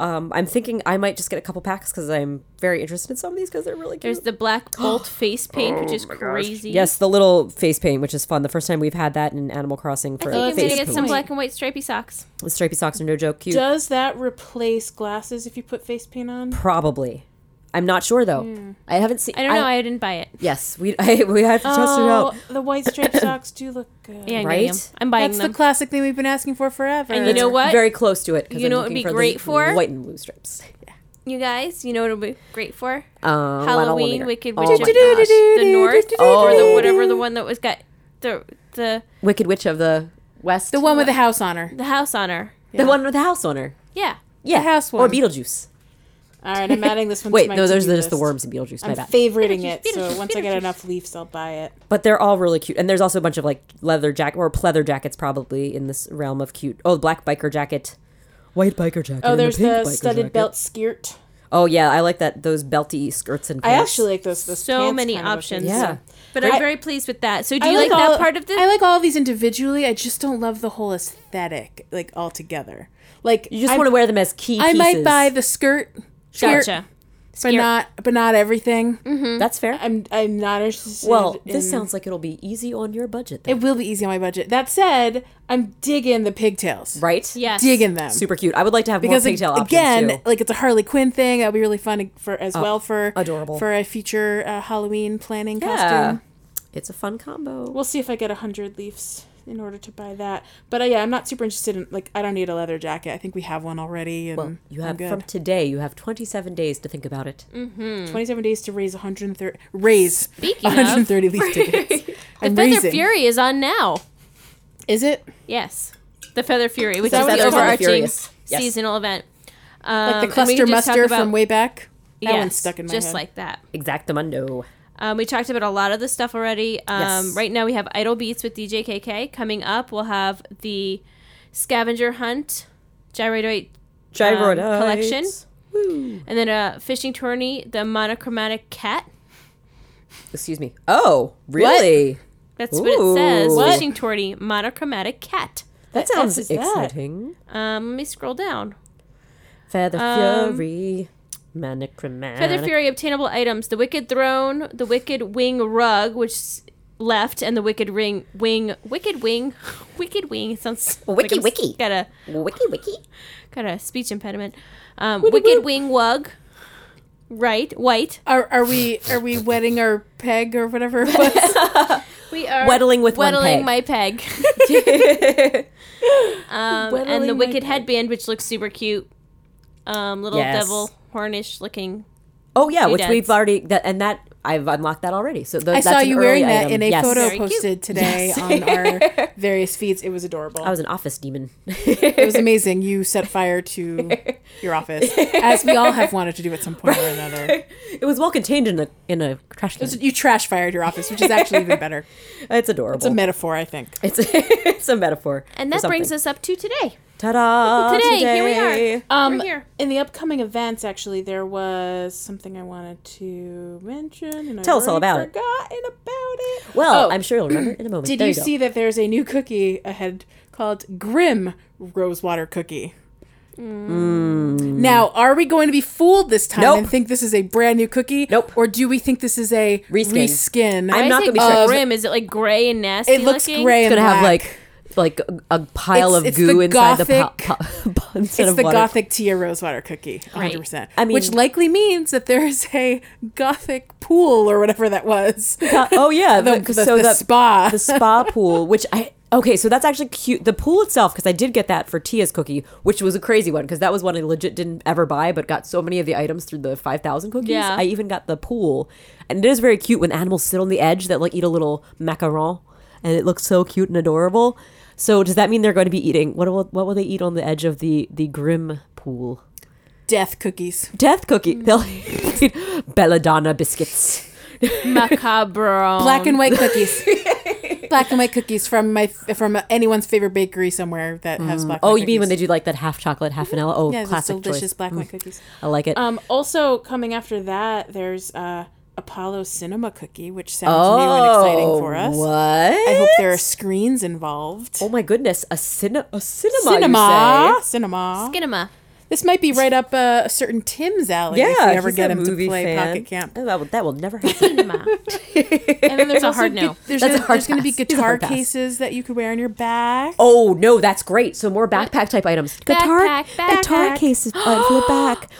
Um, I'm thinking I might just get a couple packs because I'm very interested in some of these because they're really cute. There's the black bolt face paint, which is crazy. Yes, the little face paint, which is fun. The first time we've had that in Animal Crossing for I think a I'm gonna face get paint. some black and white stripy socks. The stripy socks are no joke cute. Does that replace glasses if you put face paint on? Probably. I'm not sure though. I haven't seen. Hmm. I don't know. I Oh, didn't buy it. yes, we I, we have to test it out. Oh, the white striped socks do look good. Yeah, I'm Right? getting them. I'm buying That's them. the classic thing we've been asking for forever. And you know what? Very close to it. 'cause You I'm know what looking would be for the great for? white and blue strips. you guys, you know what it'll be great for? Uh, Halloween, Wicked Witch Oh of my the gosh. East, the North, or the Oh. whatever the one that was got the the Wicked Witch of the West. the one with the house on her. the house on her. the one with the house on her. Yeah, Yeah, house or one. Beetlejuice. All right, I'm adding this one. to Wait, my no, those to-do are just the list. worms and Beetlejuice. My I'm bad. favoriting it, Beetlejuice, so once I get Beetlejuice. enough leaves, I'll buy it. Oh, but they're all really cute, and there's also a bunch of like leather jacket or pleather jackets probably in this realm of cute. Oh, the black biker jacket, white biker jacket. Oh, and a there's pink the biker studded jacket. belt skirt. Oh yeah, I like that. Those belty skirts and I pants. actually like those. those So pants many kind of options. outfits. yeah. But I- I'm very pleased with that. So do I you like, all, that part of this? I like all of these individually. I just don't love the whole aesthetic, like altogether. Like You just I, want to wear them as key. I might pieces. Hmm. buy the skirt, skirt, gotcha. but not, but not everything. That's fair. I'm I'm not interested. well, this in- sounds like it'll be easy on your budget. Then. It will be easy on my budget. That said, I'm digging the pigtails. right? Yes. Digging them. Super cute. I would like to have because more ag- pigtail options again, too. Oh, like it's a Harley Quinn thing. That'd be really fun for as well for adorable. for a future uh, Halloween planning Yeah. costume. It's a fun combo. We'll see if I get hundred leaves in order to buy that. But uh, yeah, I'm not super interested in like I don't need a leather jacket. I think we have one already. And Well, you I'm have good. from today. You have 27 days to think about it. Mm. Hmm. 27 days to raise 130 raise Speaking of- 130 leaf tickets. The I'm Feather raising. Fury is on now. Is it Yes. The Feather Fury, which that is, what the it's called? overarching Furious. Yes. seasonal event. Like Um, the and we cluster can just talk muster about- from way back. That one's yes, stuck in my just head. like that. Exactamundo. Um, we talked about a lot of the stuff already. Um, Yes. Right now, we have Idle Beats with DJ KK. Coming up, we'll have the Scavenger Hunt, Gyroidoid, Gyroid Um, collection. and then a fishing tourney, the monochromatic cat. Excuse me. Oh, really? That's what it says. Ooh. What? Fishing tourney, monochromatic cat. That The F sounds is that? exciting. Um, let me scroll down. Feather Um, Fury. Monochromatic. Feather Fury obtainable items: the Wicked Throne, the Wicked Wing Rug, which s- left, and the Wicked Ring Wing, Wicked Wing, Wicked Wing. It sounds Wiki, I'm s- wiki. Got a Wiki wiki. got a speech impediment. Um, Wicked Wing Wug, right? White. Are, are we are we wetting our peg or whatever it was? We are Weddling with one Uh, weddling peg. my peg. um, Weddling and my the Wicked peg. Headband, which looks super cute. Um, little Yes. devil hornish looking. Oh yeah, Two which dads. we've already that, and that I've unlocked that already. So th- I that's saw an you early wearing that item. in a Yes. photo Very cute. posted today on our various feeds. It was adorable. I was an office demon. It was amazing. You set fire to your office, as we all have wanted to do at some point or another. it was well contained in a in a trash can. You trash fired your office, which is actually even better. It's adorable. It's a metaphor, I think. It's it's a metaphor. And that brings us up to today. ta-da Uh, Today, here we are. today. um We're here. in the upcoming events actually there was something I wanted to mention and Tell I've us all already about it. forgotten about it. Well, Oh. I'm sure you'll remember it in a moment. Did There you, go. see that there's a new cookie ahead called Grim Rosewater Cookie? Now, are we going to be fooled this time Mm. Nope. and think this is a brand new cookie? Nope. Or do we think this is a Reskin. reskin? I'm I not say gonna be sure. grim. Is it like gray and nasty? it looks looking? gray It's and gonna have black. like like a- a pile It's- of it's goo the inside gothic- the pot, pot instead it's of the water. gothic tea rosewater cookie, 100. percent I mean- which likely means that there is a gothic pool or whatever that was. oh yeah, the, the, the- so the the spa. the spa pool, which I okay, so that's actually cute. The pool itself, because I did get that for Tia's cookie, which was a crazy one because that was one I legit didn't ever buy, but got so many of the items through the five thousand cookies. Yeah. I even got the pool, and it is very cute when animals sit on the edge that like eat a little macaron, and it looks so cute and adorable. So does that mean they're going to be eating what will what will they eat on the edge of the the grim pool? Death cookies. Death cookie. They'll eat belladonna biscuits. macabre. Black and white cookies. Black and white cookies from my from anyone's favorite bakery somewhere that has black. and Oh, white you mean when they cookies. do like that half chocolate, half vanilla? Oh, yeah, those classic delicious choice. Mm. black and white cookies. I like it. Um, also coming after that, there's uh, Apollo Cinema Cookie, which sounds new and oh, exciting for us. What? I hope there are screens involved. Oh my goodness, a cinema, a cinema, you Cinema, say? cinema. Skinema. This might be right up uh, a certain Tim's alley. if Yeah, we ever he's get a him to movie play fan. Pocket Camp. Oh, that, will, that will never happen. And then there's a also hard gu- no. There's That's gonna, a hard there's going to be pass. He's a guitar hard pass. cases that you could wear on your back. oh no, that's great. So more backpack type items. guitar, Backpack, guitar backpack. cases uh, for the back.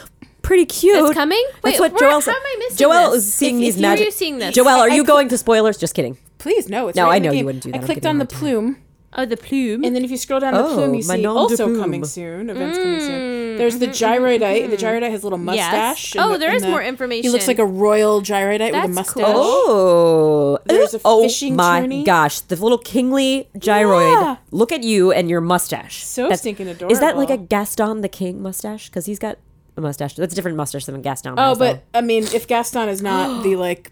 Pretty cute. It's coming? That's Wait, what where- Joelle how am I missing Joelle this? is seeing If- these if you were magic. seeing this, Joelle, I- are I you cl- going to spoilers? Just kidding. Please, no. It's No, right I in the know you game. wouldn't do that. I I'm clicked giving on you the a hard time. plume. Oh, the plume. And then if you scroll down the Oh, plume, you my see nom de also plume. coming soon. Events coming soon. There's the gyroidite. The gyroidite has a little mustache. and Oh, the- there and is the- more He information. looks like a royal gyroidite with a That's mustache. cool. Oh, There's a oh fishing my tourney. gosh! The little kingly gyroid. Yeah. Look at you and your mustache. So stinking Is that like a adorable. Gaston the King mustache? Because he's got the mustache. That's a different mustache than Gaston. Oh, has, though. but I mean, if Gaston is not the like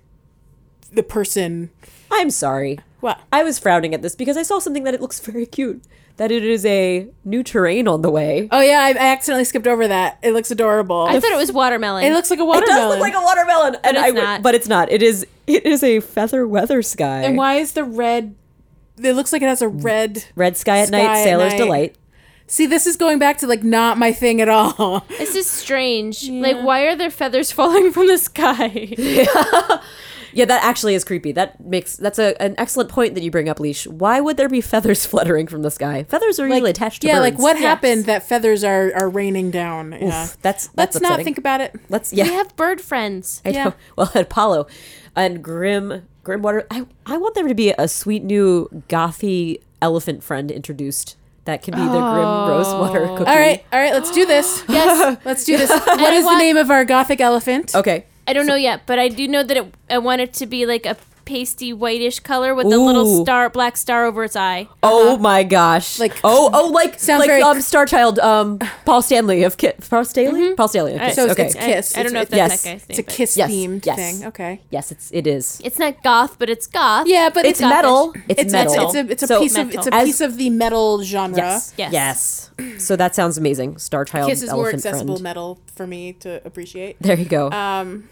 the person, I'm sorry. what? I was frowning at this because I saw something that it looks very cute. That it is a new terrain on the way. Oh yeah, I I accidentally skipped over that. It looks adorable. I thought it was watermelon. it looks like a It watermelon. does look like a watermelon, and it's I would- not. but it's not. It is it is a feather weather sky. and why is the red? It looks like it has a red. Red sky at Sky night, at sailor's night. delight. See, this is going back to like not my thing at all. this is strange. Like, why are there feathers falling from the sky? Yeah, that actually is creepy. That makes that's a, an excellent point that you bring up, Leash. Why would there be feathers fluttering from the sky? Feathers are usually attached to yeah, birds. like what happened that feathers are are raining down? yeah, that's- that's let's not upsetting. think about it. Let's yeah. We have bird friends. I know. Well, Apollo and Grim Grimwater. I I want there to be a sweet new gothy elephant friend introduced. That could be the Grim Rosewater cookie. All right, all right, let's do this. Yes. Let's do this. What is want- the name of our gothic elephant? Okay. I don't know yet, but I do know that it, I want it to be like a pasty whitish color with a little Ooh. star, black star over its eye. Oh my gosh! Uh-huh. Like- oh oh like Sounds like very- um Star Child um Paul Stanley of Kit Paul Stanley Paul Stanley of Kiss. Mm-hmm. So it's, okay it's kiss. I don't know if that's yes. that guy's name. it's a but- kiss Yes, themed yes. thing. Okay. yes it's it is It's not goth, but it's goth. Yeah, but it's, it's, metal it's, It's metal It's a, it's a So- piece of metal. it's a As- piece of the metal genre. Yes. Yes. Yes. So that sounds amazing. Star Child Kiss is more Elephant accessible Friend. metal for me to appreciate. There you go. Um,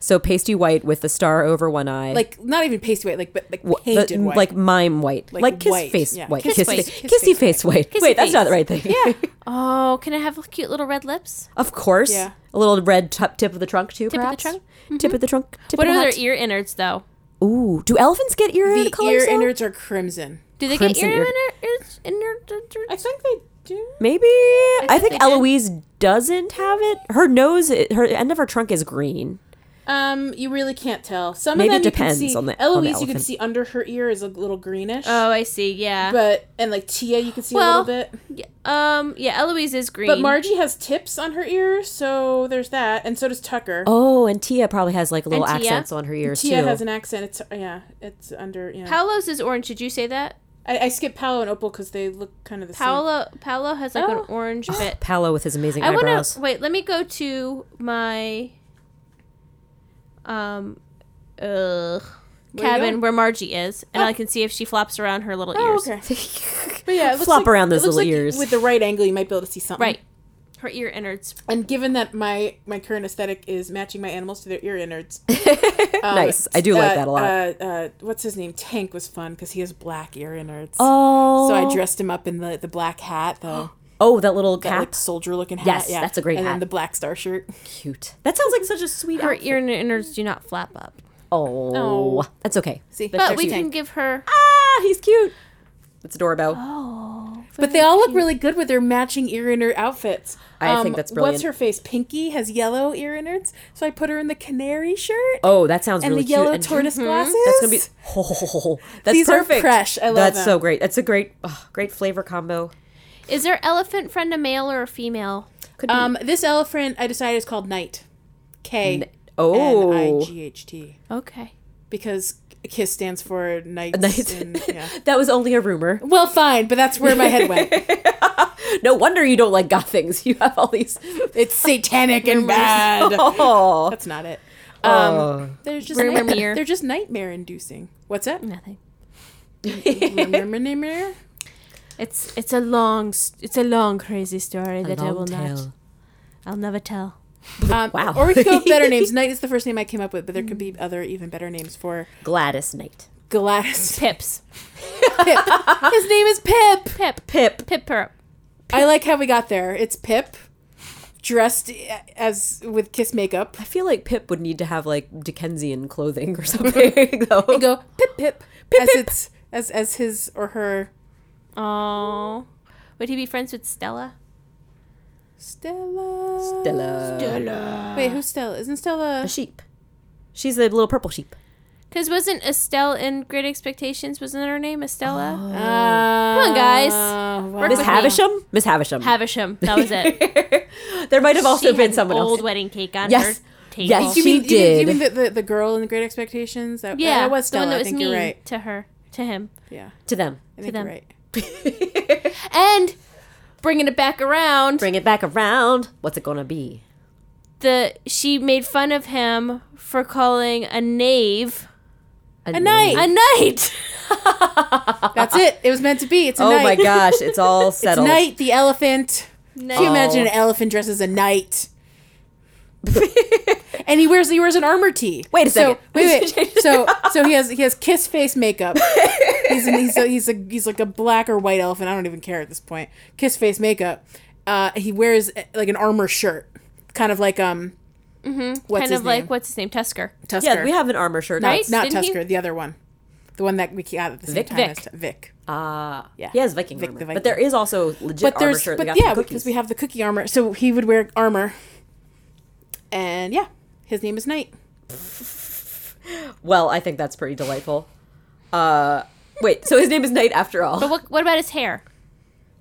so pasty white with the star over one eye. like not even pasty white, like but like Wha- the- mm, painted white. Like mime white. Like, Like kiss white, face yeah. white. Kiss Kiss, face- face. kiss Kissy face face, white. Kissy Wait, that's not the face. right thing. Yeah. Oh, can I have cute little red lips? of course. Yeah. A little red top, tip of the trunk too, Tip of the perhaps? trunk? Tip Mm-hmm. of the trunk. Tip What of are the their hat. ear innards though? Ooh. Do elephants get ear e- the colors? ear though? innards are crimson. Do they Crimson get ear ear- innards? Inner- I think they do. Maybe. I, think think, they do. Eloise doesn't have it. Her nose, her end of her trunk is green. Um, you really can't tell. Some Maybe of them it depends you can see. on the- on the Eloise, you can elephant. see under her ear is a little greenish. Oh, I see. Yeah. but and like Tia, you can see Well, a little bit. um. Yeah. Eloise is green. But Margie has tips on her ear, so there's that, and so does Tucker. Oh, and Tia probably has like little And Tia? accents on her ears Tia too. has an accent. It's yeah, it's under yeah. Paolo's is orange. Did you say that? I, I skipped Paolo and Opal because they look kind of the Paolo. Paolo has like Oh. an orange bit. Paolo with his amazing I want eyebrows. to wait. Let me go to my um ugh, cabin going? where Margie is, and I can see if she flops around her little same. Oh, ears. okay. But yeah, it looks Flop like- around it those looks little like ears. With the right angle, you might be able to see something. Right. Her ear innards. And given that my my current aesthetic is matching my animals to their ear innards, nice. I do like that a lot. Uh, uh, what's his name? Tank was fun because he has black ear innards. oh, So I dressed him up in the, the black hat, the oh, that little that, cap. like soldier looking hat. Yes, yeah. that's a great and And hat. then the black star shirt. Cute. That sounds like such a sweet. Her outfit. ear innards do not flap up. Oh, that's okay. See, But there's we Tank. can give her. Ah, he's cute. It's Dorbo. But they all look really good with their matching ear inner outfits. Um, I think that's brilliant. What's her face? Pinky has yellow ear innards, so I put her in the canary shirt Oh, that sounds and really the yellow cute. and- Mm-hmm. tortoise glasses. That's gonna be. Oh, that's These are perfect. fresh. I love That's them. so great. That's a great, ugh, great flavor combo. Is her elephant friend a male or a female? Could be. Um, this elephant I decided is called Knight. K N oh, I G H T Okay. because KISS stands for knights. Knights. And, yeah. that was only a rumor. Well, fine, but that's where my head went. No wonder you don't like goth things. You have all these. It's satanic and bad. Oh, That's not it. Oh. Um, they're just Rumor night- mirror. they're just nightmare inducing. What's that? Nothing. Rumor mirror. It's it's a long s- it's a long crazy story that I long will not tail. I'll never tell. Um, Wow. Mm. Or we could go with better names. Knight is the first name I came up with, but there could be other even better names for Gladys Knight. Gladys. Pips. Pip. His name is Pip. Pip. Pip. Pip her. I like how we got there. It's Pip, dressed as with kiss makeup. I feel like Pip would need to have like Dickensian clothing or something. though. And go Pip Pip Pip, as Pip. it's as as his or her Oh. Would he be friends with Stella? Stella. Stella. Wait, who's Stella? Isn't Stella? The sheep. She's the little purple sheep. Because wasn't Estelle in Great Expectations? Wasn't her name Estella? Uh, Come on, guys. Wow. Work Miss with me. Havisham? Miss Havisham. Oh. Havisham. That was it. there might have also She been had someone an else. old wedding cake on Yes. her table. Yes. you She mean you mean, you did. mean the, the, the girl in the Great Expectations? That, yeah, that was the Stella. one that I was think mean you're right. to her, to him, Yeah, To them. I think them. you're right. and bringing it back around. Bring it back around. What's it gonna be? the she made fun of him for calling a knave A night. a knight. That's it. It was meant to be. It's a Oh night. my gosh, it's all It's settled. night. The elephant. Knight. Can you imagine Oh. an elephant dressed as a knight? and he wears he wears an armor tee. Wait a so, second. Wait, wait. so so he has he has kiss face makeup. He's an, he's a, he's a he's like a black or white elephant. I don't even care at this point. Kiss face makeup. Uh, he wears eh, like an armor shirt, kind of like um, Mm-hmm. what's kind his of like name? what's his name? Tusker. Tusker. Uh, Yeah, we have an armor shirt. Right? not Didn't he- Tusker, the other one, the one that we got at the same Vic? time Vic. as Vic. Ah, Yeah. He has Viking Vic armor, the but there is also legit but armor shirt. that but got yeah, from because cookies. we have the cookie armor. So he would wear armor, and yeah, his name is Knight. Well, I think that's pretty delightful. Uh, wait, so his name is Knight after all. But what what about his hair?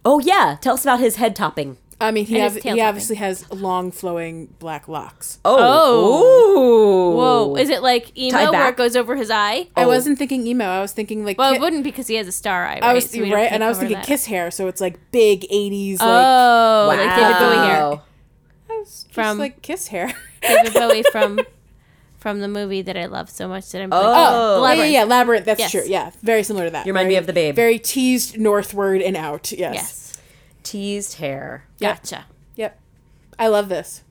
Oh yeah, tell us about his head topping. I mean, he And his obvi- tail's he up. obviously has long flowing black locks. Oh, Ooh. Whoa, is it like emo Tied where back. it goes over his eye? I wasn't thinking emo. I was thinking like Well, ki- it wouldn't because he has a star eye. Right? I was So we don't- right, can't and I was cover thinking that. kiss hair. So it's like big '80s, like Oh, like David Bowie hair. Wow. From just like kiss hair. David Bowie from from the movie that I love so much that I'm. Oh. yeah, yeah, Labyrinth. yeah, labyrinth. That's Yes. true. Yeah, very similar to that. You remind me Very- of the babe. Very teased northward and out. Yes. Yes. Teased hair. Gotcha. Yep. I love this.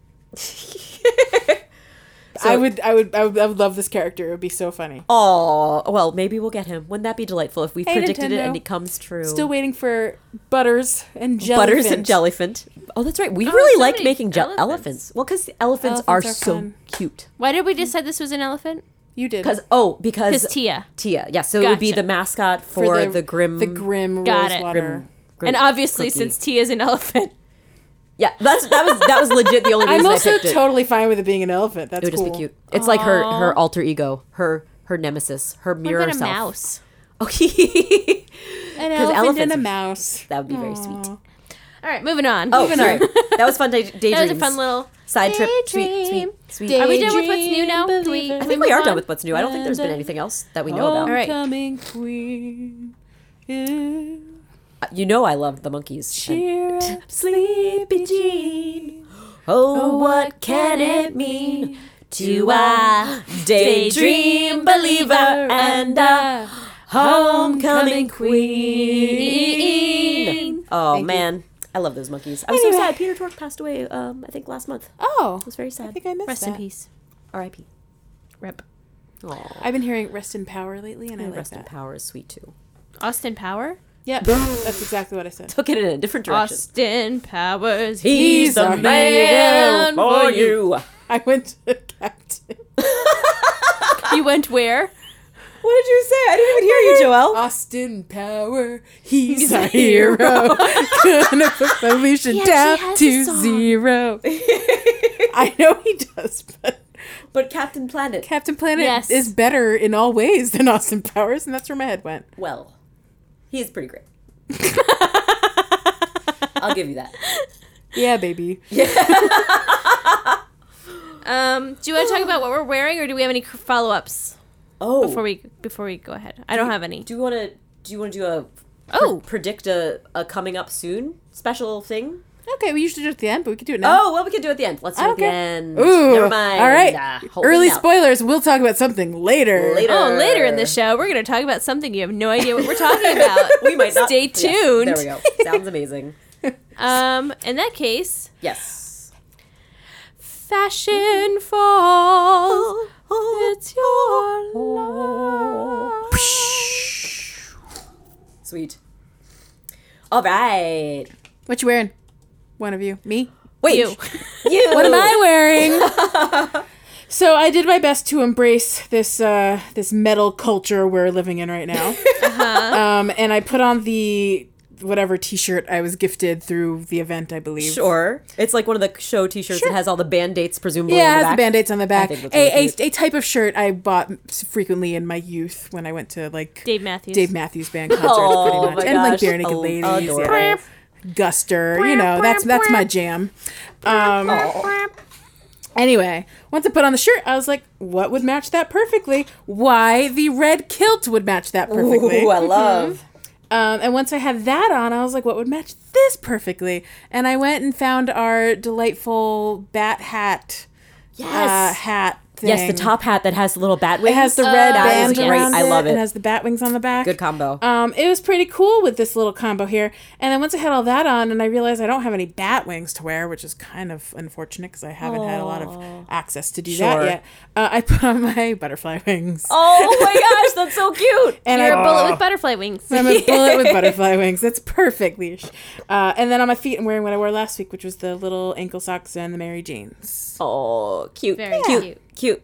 I would, I would, I would, I would love this character. It would be so funny. Oh, well, maybe we'll get him. Wouldn't that be delightful if we Hey, predicted it Nintendo. and it comes true? Still waiting for Butters and Jellyfin. Butters and jellyfin. Oh, that's right. We really so liked many making je- elephants. elephants. Well, because elephants, Elephants are, are so fun. cute. Why did we decide this was an elephant? You did Because oh, because Because Tia. Tia. Yeah, so it would be Gotcha. the mascot for, the, grim. the grim Got it. Rosewater. grim and obviously, cookie. since Tia is an elephant, yeah, that's that was that was legit the only reason I'm i also picked it. totally fine with it being an elephant. That's it would cool. just be cute. It's like her her alter ego, her her nemesis, her what mirror about a self. mouse? Okay, An elephant and elephants a are- mouse. that would be very sweet. All right, moving on. Oh, sorry, that was fun. Day- daydreams. that was a fun little side trip. Sweet, sweet, daydream. sweet. Are we done with what's new now? Daydream Can we- believer. can I think we move are on? done with what's new. I don't think there's been anything else that we know about. right. Homecoming queen. Ooh, You know I loved the monkeys. And- cheer up, sleepy Jean. Oh, what can it mean to a daydream believer and a homecoming queen? Oh man, I love those monkeys. I was so Anyway. sad. Peter Tork passed away. Um, I think last month. It Oh, was very I sad. think I missed Rest that. in peace. R.I.P. Rip. Aw, I've been hearing rest in power lately, and I like rest in that. power is sweet too. Austin Power. Yeah, that's exactly what I said. Took it in a different direction. Austin Powers. He's the man for you. I went to Captain you went where? What did you say? I didn't even hear you, Joel. Austin Power. He's, a hero. Gonna put pollution actually down has to a song. zero. I know he does, but Um, But Captain Planet. Captain Planet Yes. is better in all ways than Austin Powers, and that's where my head went. Well, he is pretty great. I'll give you that. Yeah, baby. Um, do you want to talk about what we're wearing, or do we have any follow ups Oh, before we before we go ahead? I don't have any. do you want to? Do you want to do a? Oh. predict a, a coming up soon special thing. Okay, we usually do it at the end, but we could do it now. Oh well, we could do it at the end. Let's do it at the Okay. end. Ooh. Oh, never mind. All right. Uh, hold Early it out. spoilers. We'll talk about something later. Later. Oh, later in the show, we're going to talk about something you have no idea what we're talking about. We might not. Stay yes, tuned. there we go. Sounds amazing. Um, in that case, Yes. fashion falls. It's your life. Sweet. All right. What you wearing? One of you. Me? Wait. You. You. What am I wearing? so I did my best to embrace this uh, this metal culture we're living in right now, Uh-huh. um, and I put on the whatever T-shirt I was gifted through the event, I believe. Sure. It's like one of the show T-shirts that has all the band dates, presumably. on the Yeah, it has back. the band-aids on the back. think that's A, really a, a type of shirt I bought frequently in my youth when I went to like Dave Matthews. Dave Matthews Band concerts, Oh, pretty much, my and like gosh. Bare Naked Oh, Ladies, adorable. yeah. Guster. You know, that's that's my jam. Um, Anyway, once I put on the shirt, I was like, what would match that perfectly? Why the red kilt would match that perfectly. Ooh, I love. Um, and once I had that on, I was like, what would match this perfectly? And I went and found our delightful bat hat. Uh, Yes. hat. Thing. Yes, the top hat that has the little bat wings. Oh, It has the red That band is great. around I love it. Uh, it. It has the bat wings on the back. Good combo. Um, it was pretty cool with this little combo here. And then once I had all that on, and I realized I don't have any bat wings to wear, which is kind of unfortunate because I haven't had a lot of access to do that Sure. yet. Uh, I put on my butterfly wings. oh my gosh, that's so cute. and You're a I, Ah. bullet with butterfly wings. Um, I'm a bullet with butterfly wings. That's perfect leash. Uh, and then on my feet, I'm wearing what I wore last week, which was the little ankle socks and the Mary jeans. Oh, cute. Very cute. cute. Cute.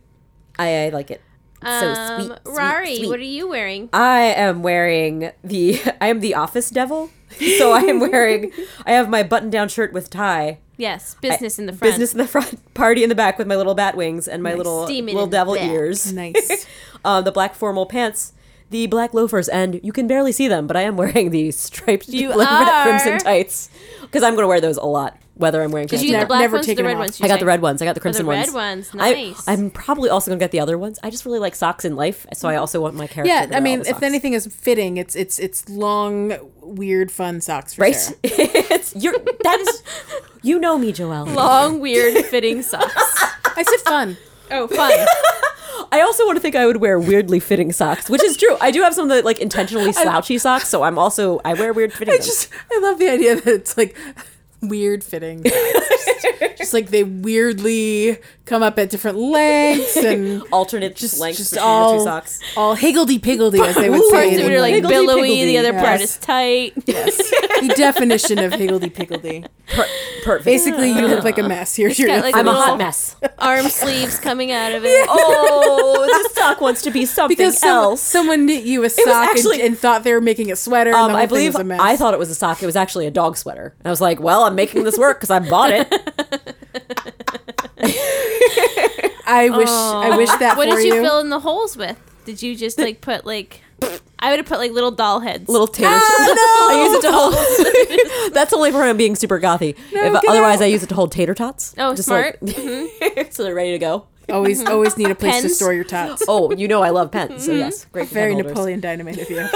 I, I like it. So Um, sweet, sweet, Rari, sweet. what are you wearing? I am wearing the I am the office devil. So I am wearing I have my button down shirt with tie. Yes, business in the front. Business in the front, party in the back with my little bat wings and my little Demon little in the devil back. ears. Nice. Um, the black formal pants, the black loafers, and you can barely see them, but I am wearing the striped You black are. crimson tights because I'm going to wear those a lot, whether I'm wearing Did pants you or get not. the black never ones or the taken red them ones? off. you I got say? the red ones. I got the the crimson red ones. ones, nice. I, I'm probably also gonna get the other ones. I just really like socks in life, so I also want my character. Yeah, to wear I all mean, the if socks. anything is fitting, it's it's it's long, weird, fun socks for right? sure. it's you're that is you know me, Joelle. Long, weird fitting socks. I said fun. Oh, fun. I also want to think I would wear weirdly fitting socks, which is true. I do have some that like intentionally slouchy socks, so I'm also I wear weird fitting. I them. just I love the idea that it's like weird fitting. just, just like they weirdly come up at different lengths and alternate just, lengths just between all the two socks. all higgledy piggledy as they would Ooh, say. Parts in of it are like England. Higgledy billowy, piggledy, the other part yes. is tight. the definition of higgledy piggledy. Per- perfect. Basically, you look like a mess. Here's your got, like, I'm a Little- hot mess. Arm sleeves coming out of it. Oh, this sock wants to be something because some- else. someone knit you a sock actually- and, and thought they were making a sweater. and the Um, whole I thing believe was a mess. I thought it was a sock. It was actually a dog sweater. And I was like, well, I'm making this work because I bought it. I wish I wish that What for did you, fill in the holes with? Did you just like put like? I would have put like little doll heads. Ah, Little tears. I use it to hold. That's only for when I'm being super gothy. if, get otherwise, I use it to hold tater tots. Oh, smart. Mm-hmm. Like, so they're ready to go. always always need a place to Pens. store your tots. Oh, you know I love pens. So yes, great. for Mm-hmm. Very pen holders. Napoleon Dynamite of you.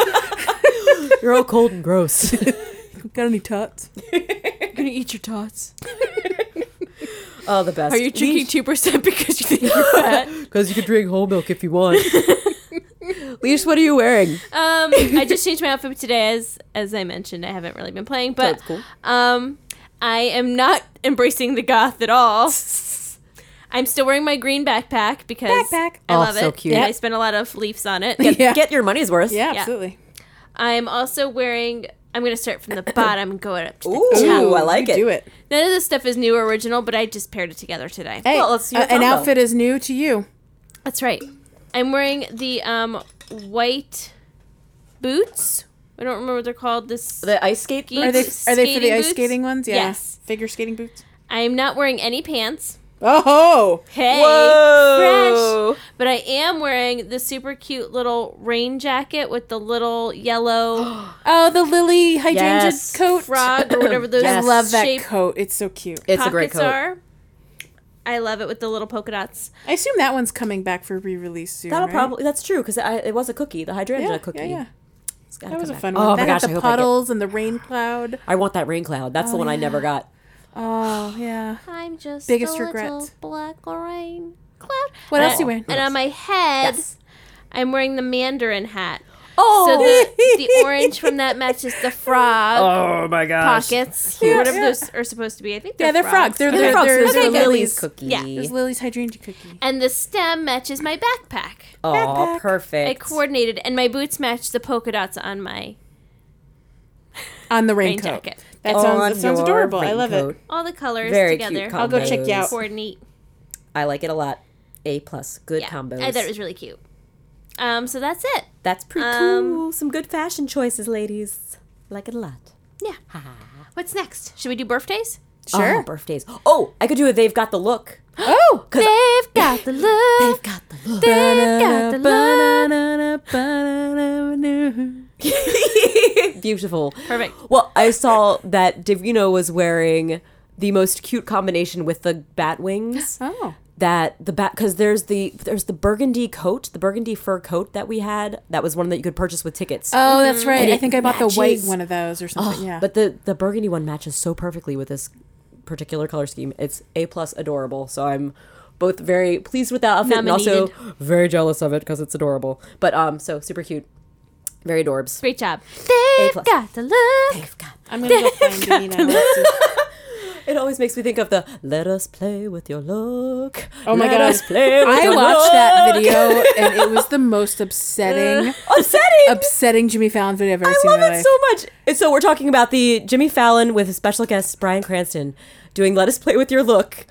You're all cold and gross. Got any tots? gonna eat your tots. oh, the best. Are you drinking two percent because you think you're fat? Because you can drink whole milk if you want. Leash, what are you wearing? Um, I just changed my outfit today, as as I mentioned. I haven't really been playing, but That's cool. um, I am not embracing the goth at all. I'm still wearing my green backpack because Backpack. I Oh, love so it. cute. And I Yep. spent a lot of leaves on it. Yeah. Get your money's worth. Yeah, Yeah. absolutely. I'm also wearing. I'm gonna start from the bottom and go up to the Ooh, top. I like you it. Do it. None of this stuff is new or original, but I just paired it together today. Hey, Well, let's see a- your an combo. outfit is new to you. That's right. I'm wearing the um white boots. I don't remember what they're called. This The ice skate. Ski- boots? Are they are they for the Skating ice boots? skating ones? Yeah. Yes. Figure skating boots. I'm not wearing any pants. Oh, Hey, Whoa. fresh. But I am wearing the super cute little rain jacket with the little yellow oh, the lily hydrangea Yes. coat. frog or whatever those I love that shape coat. It's so cute. It's pockets a great coat. are. I love it with the little polka dots. I assume that one's coming back for re-release soon. That'll right? probably that's true because it was a cookie, the hydrangea yeah, cookie. yeah, yeah. It's gotta That come was a back. fun one. Oh that my gosh, had I the hope I get. puddles and the rain cloud. I want that rain cloud. That's the one I never got. Oh yeah. I'm just Biggest a regret. little black rain cloud. What else Oh, Uh, you wearing? And on my head, Yes. I'm wearing the mandarin hat. Oh, so the, the orange from that matches the frog Oh my gosh. pockets, Yeah, whatever yeah. those are supposed to be. I think they're Yeah, they're frogs. They're they're, frogs. they're, Those they're are good. Lily's lilies. cookie. Yeah. There's Lily's hydrangea cookie. and the stem matches my backpack. Oh, Backpack. perfect. I coordinated, and my boots match the polka dots on my On the rain raincoat. jacket. That On sounds, that sounds your adorable. I love it. raincoat. All the colors Very together. cute. I'll go check you out. combos. coordinate. I like it a lot. A plus, good Yeah, combos. I thought it was really cute. Um, so that's it. That's pretty Um, cool. Some good fashion choices, ladies. Like it a lot. Yeah. What's next? Should we do birthdays? Sure. Oh, birthdays. Oh, I could do it. They've got the look. Oh, Cause They've got the love. I've got the look. They've got the love. Beautiful. Perfect. Well, I saw that Divino was wearing the most cute combination with the bat wings. oh, that the back because there's the there's the burgundy coat, the burgundy fur coat that we had. That was one that you could purchase with tickets. Oh, that's right. I Mm-hmm. it think I bought the white matches- Oh, one. One of those or something. yeah. But the the burgundy one matches so perfectly with this particular color scheme. It's a plus adorable. So I'm both very pleased with that outfit and also very jealous of it because it's adorable. But um, so super cute, very adorbs. Great job. They've plus. got the look. I'm gonna go find Dini now. Let's see. It always makes me think of the "Let us play with your look." Oh my Let God. us play with I your watched that look." video and it was the most upsetting, Upsetting. upsetting Jimmy Fallon video I've ever I seen love in my it life. so much. And so we're talking about the Jimmy Fallon with his special guest Brian Cranston doing "Let Us Play with Your Look."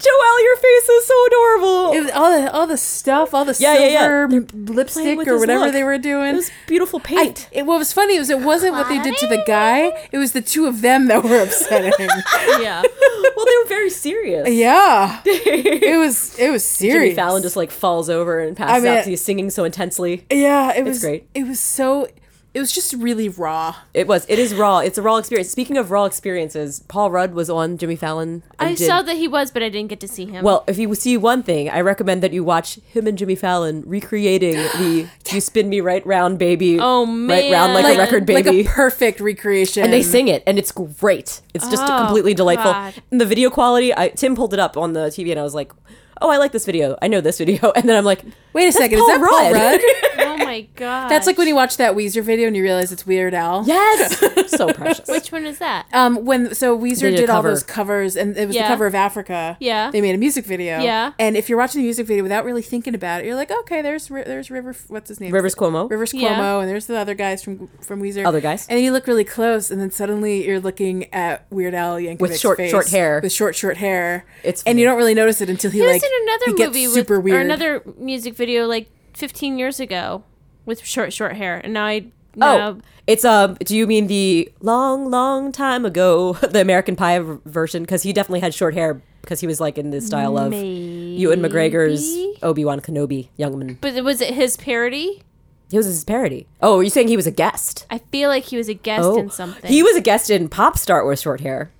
Joelle, your face is so adorable. It was all the all the stuff, all the Yeah, yeah, silver yeah. m- lipstick with or his whatever look. they were doing. It was beautiful I, paint. it, what was funny was it wasn't what they did to the guy; it was the two of them that were upsetting. Yeah. well, they were very serious. yeah, it was it was Jimmy serious. Fallon just like falls over and passes mean- out 'cause he's singing so intensely. yeah, it was great. It was so it was just really raw. It was. It is raw. It's a raw experience. Speaking of raw experiences, Paul Rudd was on Jimmy Fallon. and I did- saw that he was, but I didn't get to see him. Well, if you see one thing, I recommend that you watch him and Jimmy Fallon recreating the "You Spin Me Right Round, Baby." Oh, right round like, man. a record baby. like a perfect recreation. and they sing it and it's great it's just Oh, completely delightful God. and the video quality i tim pulled it up on the tv and i was like oh i like this video i know this video and then i'm like Wait a second, is that Paul Rudd? oh my god. That's like when you watch that Weezer video and you realize it's Weird Al. yes so precious Which one is that? Um, when so Weezer did a did, all cover. those covers, and it was Yeah. the cover of Africa. Yeah. they made a music video. Yeah. and if you're watching the music video without really thinking about it, you're like, okay, there's Ri- there's River, what's his name? Rivers Cuomo. Rivers Cuomo, Yeah. and there's the other guys from from Weezer. Other guys. and then you look really close, and then suddenly you're looking at Weird Al Yankovic's With short- face, short hair. with short short hair. It's- and you don't really notice it until he, He was like in another he gets movie super with or weird. another music video like 15 years ago with short short hair, and now I oh now, it's um do you mean the long long time ago the american pie v- version because he definitely had short hair because he was like in the style of ewan mcgregor's Maybe. obi-wan kenobi youngman But it- was it his parody? he was his parody oh are you saying he was a guest I feel like he was a guest Oh, in something. He was a guest in Pop Star with short hair.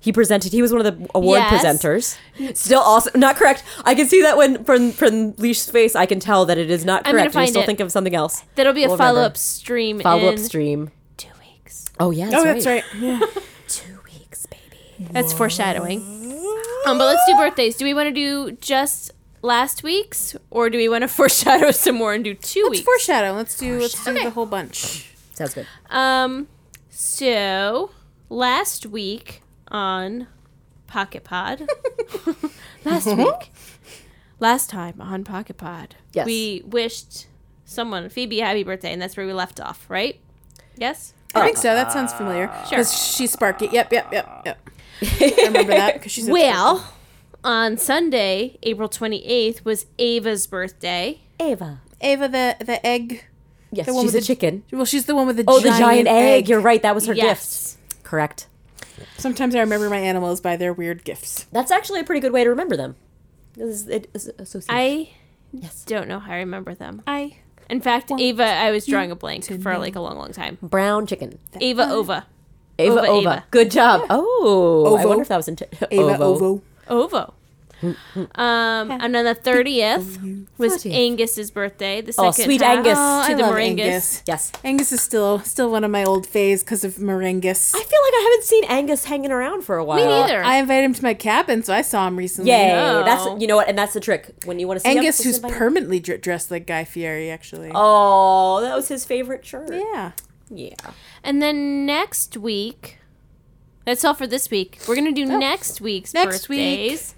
He presented. He was one of the award Yes. presenters. Still, also not correct. I can see that when from from Leash's face, I can tell that it is not I'm gonna correct. I find still it. think of something else. That'll be a We'll remember. follow up stream. Follow up in stream. Two weeks. Oh yeah. Oh, that's right. Two weeks, baby. That's foreshadowing. Um, but let's do birthdays. Do we want to do just last week's, or do we want to foreshadow some more and do 2 Let's weeks? foreshadow. Let's do let's do Okay. the whole bunch. Sounds good. Um, so last week on Pocket Pod, last week, last time on Pocket Pod, Yes. we wished someone Phoebe happy birthday, and that's where we left off, right? Yes. Oh. I think so. That sounds familiar. Because she sparked it. Yep, yep, yep, yep. I remember that because she's a- Well, on Sunday, April twenty eighth was Ava's birthday. Ava. Ava the the egg. Yes, one she's with a the- chicken. Well, she's the one with the Oh, the giant giant egg. egg. You're right. That was her Yes. gift. Correct. Sometimes I remember my animals by their weird gifts. That's actually a pretty good way to remember them. This is- it is association. I don't know how I remember them. I. In fact, Ava, I was drawing a blank for like a long, long time. Brown chicken. Ava Ova. Ava, Ova, Ova. Ava. Good job. Oh, I Ovo. wonder if that was in Ava Ovo. Ovo. Um, and on the thirtieth was Angus's birthday. The second Oh, sweet half Angus. Oh, to I the love Moringus. Angus. Yes. Angus is still still one of my old faves because of Moringus. I feel like I haven't seen Angus hanging around for a while. Me neither. I invited him to my cabin, so I saw him recently. Yay! No. That's you know what, and that's the trick when you want to see Angus, him, who's just invite him. permanently dr- dressed like Guy Fieri, actually. Oh, that was his favorite shirt. Yeah. Yeah. and then next week, that's all for this week. We're gonna do next week's Oh. Next week. birthdays.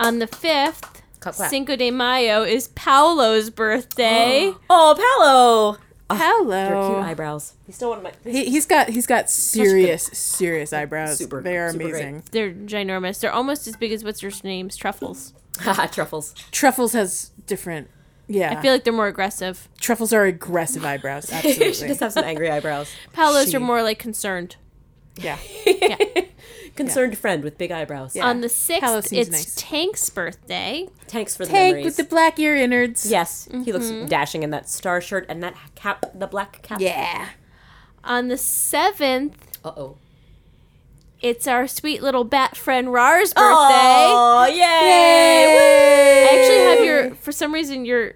On the fifth, Clap, clap. Cinco de Mayo is Paolo's birthday. Oh, Paolo. Your cute Hello. eyebrows. He's still one of my. He, he's got he's got serious serious eyebrows. Super- they are super great. amazing. They're ginormous. They're almost as big as what's your name's truffles. Haha, truffles. Truffles has different. Yeah. I feel like they're more aggressive. Truffles are aggressive eyebrows. she Absolutely. just have some angry eyebrows. Paolo's are more like concerned. yeah. Concerned friend with big eyebrows. Uh, Yeah. On the Paolo sixth, seems it's nice. Tank's birthday. Thanks for the Tank memories. with the Mm-hmm. black ear innards. yes, he looks dashing in that star shirt and that cap, the black cap. Yeah. On the seventh, Uh oh. It's our sweet little bat friend Rar's birthday. Oh, yay! I actually have your for some reason your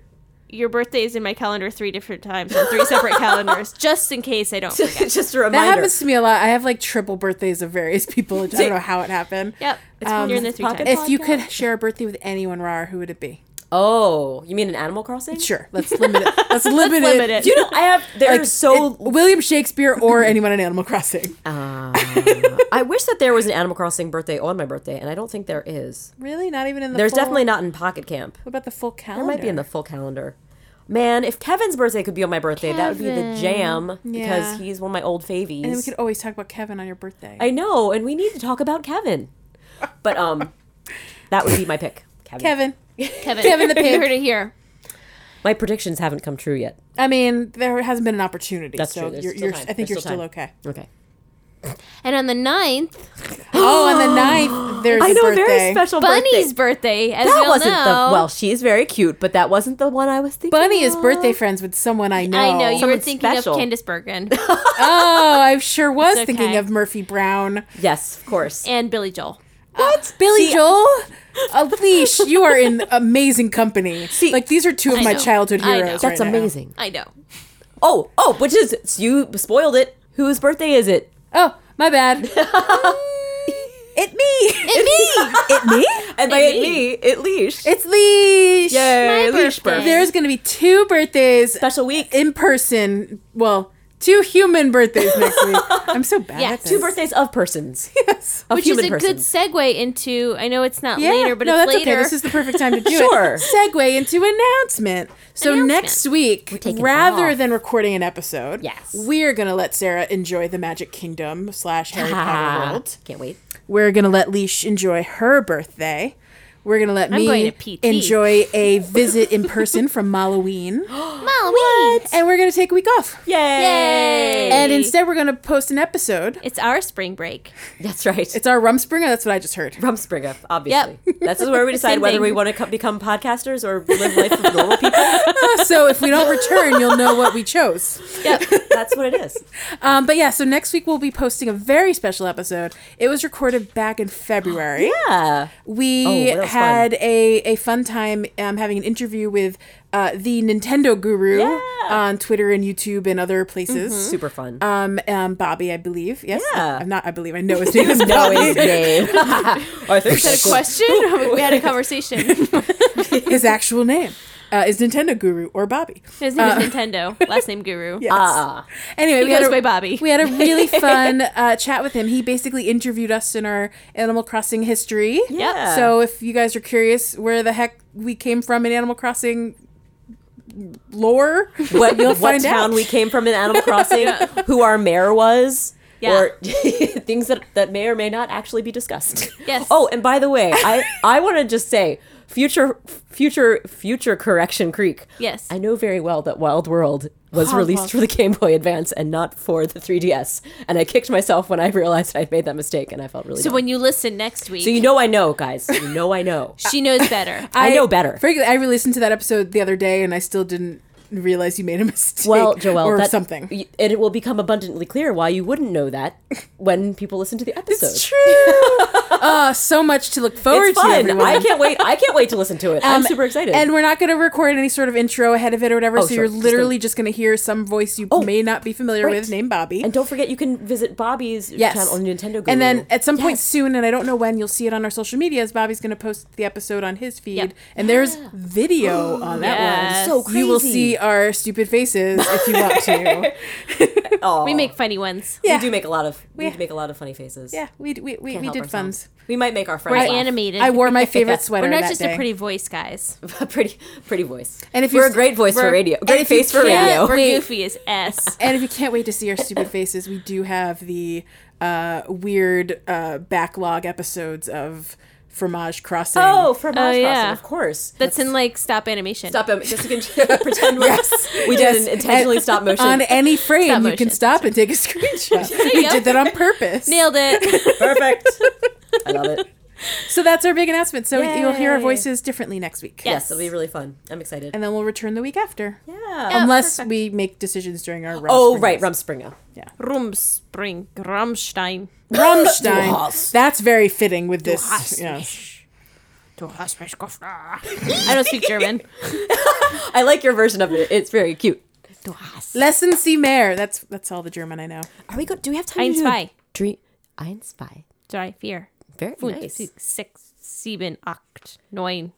your birthday is in my calendar three different times on three separate calendars, just in case I don't forget. Just a That reminder. happens to me a lot. I have like triple birthdays of various people. I don't know how it happened. Yep, it's Um, you're in the three pocket times. If you could share a birthday with anyone, Rar, who would it be? oh, you mean an Animal Crossing? Sure, let's limit it. Let's limit Limit it. it. Do you know I have? They're Like, so. it- William Shakespeare or anyone in Animal Crossing. I wish that there was an Animal Crossing birthday on my birthday, and I don't think there is. Really? Not even in the. There's full- definitely not in Pocket Camp. What about the full calendar? There might be in the full calendar. Man, if Kevin's birthday could be on my birthday, that would be the jam Yeah. because he's one of my old favies. And we could always talk about Kevin on your birthday. I know, and we need to talk about Kevin. But um, that would be my pick. Kevin. Kevin. Kevin, Kevin the you pig. heard it here. My predictions haven't come true yet. I mean, there hasn't been an opportunity, That's so true. There's you're, still you're, time. I think There's you're still still time. okay. Okay. And on the 9th, Oh, on the ninth, there's I a know, birthday. very special Bunny's birthday. birthday. As we That all wasn't know, the well. She is very cute, but that wasn't the one I was thinking. Bunny is birthday friends with someone I know. I know you were Someone thinking special. of Candace Bergen Oh, I sure was It's thinking okay. of Murphy Brown. Yes, of course. and Billy Joel. What? Billy Joel? Uh, leash, you are in amazing company. like these are two of I my know. childhood I know. heroes. That's right now. amazing. I know. Oh, oh, which is you spoiled it. Whose birthday is it? Oh, my bad. it me. It me? And by It it me. me, it leash. It's leash. Yay, my leash birthday. birth. There's gonna be two birthdays Special week. in person. Well, two human birthdays next week. I'm so bad. Yeah, at Two this. birthdays of persons. Yes. Of Which is human a good persons. segue into. I know it's not later, but no, it's that's later. okay. This is the perfect time to do Sure. it. Segue into announcement. So Announcement. next week, taking rather off. than recording an episode, Yes. we're gonna let Sarah enjoy the Magic Kingdom slash Harry Potter Ah, world. can't wait. We're gonna let Leash enjoy her birthday. We're gonna let me going to PT. enjoy a visit in person from Halloween, Halloween. and we're gonna take a week off. Yay. Yay. And instead, we're gonna post an episode. It's our spring break. That's right. It's our Rumspringer. That's what I just heard. Rumspringa, obviously. That's where we decide whether thing. we want to co- become podcasters or live life with normal people. so if we don't return, you'll know what we chose. Yep, that's what it is. Um, but yeah, so next week we'll be posting a very special episode. It was recorded back in February. Yeah. We Oh, that was had a, a fun time um, having an interview with uh, the Nintendo guru on Twitter and YouTube and other places. Super fun. Um, um, Bobby, I believe. Yes. Mm-hmm. Yeah. I'm not, I believe. I know his name is no, Bobby. his name. I think Is that a question? we had a conversation. His actual name uh, is Nintendo guru or Bobby. His name is Nintendo. Last name Guru. Yes. Ah. anyway, He we had goes a, by Bobby. We had a really fun uh, chat with him. He basically interviewed us in our Animal Crossing history. Yeah. So if you guys are curious where the heck we came from in Animal Crossing lore, What, what find town out. we came from in Animal Crossing, who our mayor was. Yeah. Or things that, that may or may not actually be discussed. Yes. Oh, and by the way, I, I want to just say future future future correction creek. Yes. I know very well that Wild World was released World. for the Game Boy Advance and not for the 3DS, and I kicked myself when I realized I'd made that mistake, and I felt really. So dumb. when you listen next week, so you know I know, guys. You know I know. she knows better. I, know better. Frankly, I re-listened to that episode the other day, and I still didn't realize you made a mistake. Well, Joelle, or that- something. y- and it will become abundantly clear why you wouldn't know that when people listen to the episode. It's true. uh, so much to look forward It's to. fun. Everyone. I can't wait. I can't wait to listen to it. I'm Um, super excited. Oh, And we're not going to record any sort of intro ahead of it or whatever. so sure. you're Just don't- literally just going to hear some voice you may not be familiar right. with named Bobby. And don't forget, you can visit Bobby's channel on Nintendo. Guru. And then at some point Yes. soon, and I don't know when, you'll see it on our social medias. Bobby's going to post the episode on his feed, Yep. and there's video on that Yes. So one. You will crazy. see our stupid faces if you want to. Aw. We make funny ones. yeah. We do make a lot of we do make a lot of funny faces. yeah, we we we, we help did ourselves. funs. We might make our We're friends. laugh. animated. I wore my favorite sweater. We're not that just day. a pretty voice, guys. a pretty, pretty voice. And if we're you- a great voice for we're- radio, and great if you face for can't- radio. We're Wait. goofy as s. And if you can't wait to see our stupid faces, we do have the uh, weird uh, backlog episodes of Fromage Crossing. Oh, from Oz yeah. Crossing, of course. That's in like stop animation. Stop him. Just you can pretend we're, we Yes. did an intentionally stop motion. On any frame, Stop you motion. can stop and take a screenshot. we go. did that on purpose. Nailed it. Perfect. I love it. So that's our big announcement. So you'll hear our Yay. voices differently next week. Yes, it'll be really fun. I'm excited. And then we'll return the week after. yeah. Um, Unless perfect. we make decisions during our Oh, Rumspringas. right, Rumspringa. Rumspring, Rammstein. Rammstein. That's very fitting with this. Yes. I don't speak German. I like your version of it. It's very cute. Lesson Sie mehr. That's that's all the German I know. Are we go? Do we have time Ein, to do a zwei, dream? Ein zwei. drei, vier, Very fünf, nice. sechs, sieben, acht, neun.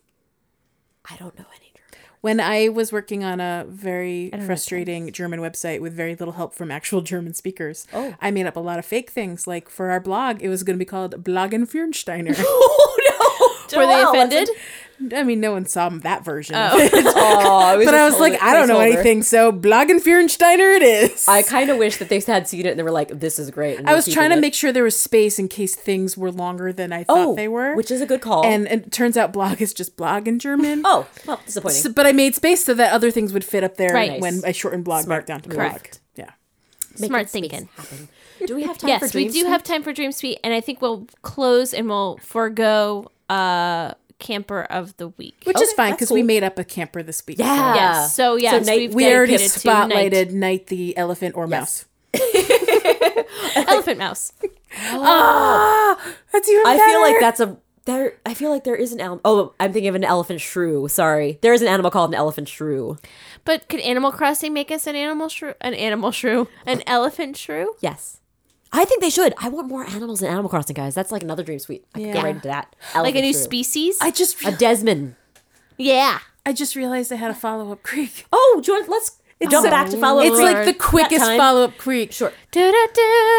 I don't know any German. When I was working on a very frustrating German website with very little help from actual German speakers, oh. I made up a lot of fake things. Like for our blog, it was going to be called Blagen Fürnsteiner. Oh no! Were they offended? I mean, no one saw that version. of it. Oh, But I was like, I don't know anything, so Blagen Fürnsteiner it is. I kind of wish that they had seen it and they were like, "This is great." and I we're was keeping trying to it. make sure there was space in case things were longer than I thought oh they were. which is a good call. and, and it turns out blog is just blog in German. oh, well, disappointing. So- but I made space so that other things would fit up there Right. when I shortened blog Smart back down to move. Correct. blog. Yeah. Smart thinking. happen. Do we have time for Yes, we dreams? do have time for Dream Suite, and I think we'll close and we'll forego uh camper of the week. Which is Okay, fine that's because cool. we made up a camper this week. so- Yeah. Yes. So yes, night- we've We already dedicated to night- spotlighted Knight the Elephant or Mouse. Elephant Mouse. That's even I feel like better. that's a there. I feel like there is an ele- Oh, I'm thinking of an elephant shrew. Sorry, there is an animal called an elephant shrew. But could Animal Crossing make us an animal shrew? An animal shrew? An elephant shrew? Yes, I think they should. I want more animals in Animal Crossing, guys. That's like another dream suite. I could Yeah. get right into that. Like a Elephant new shrew. species? I just A Desmond. yeah. I just realized I had a follow up creek. Oh, do you want, let's jump Oh. so- back to follow. It's like Lord. the quickest That time. follow up creek. Sure.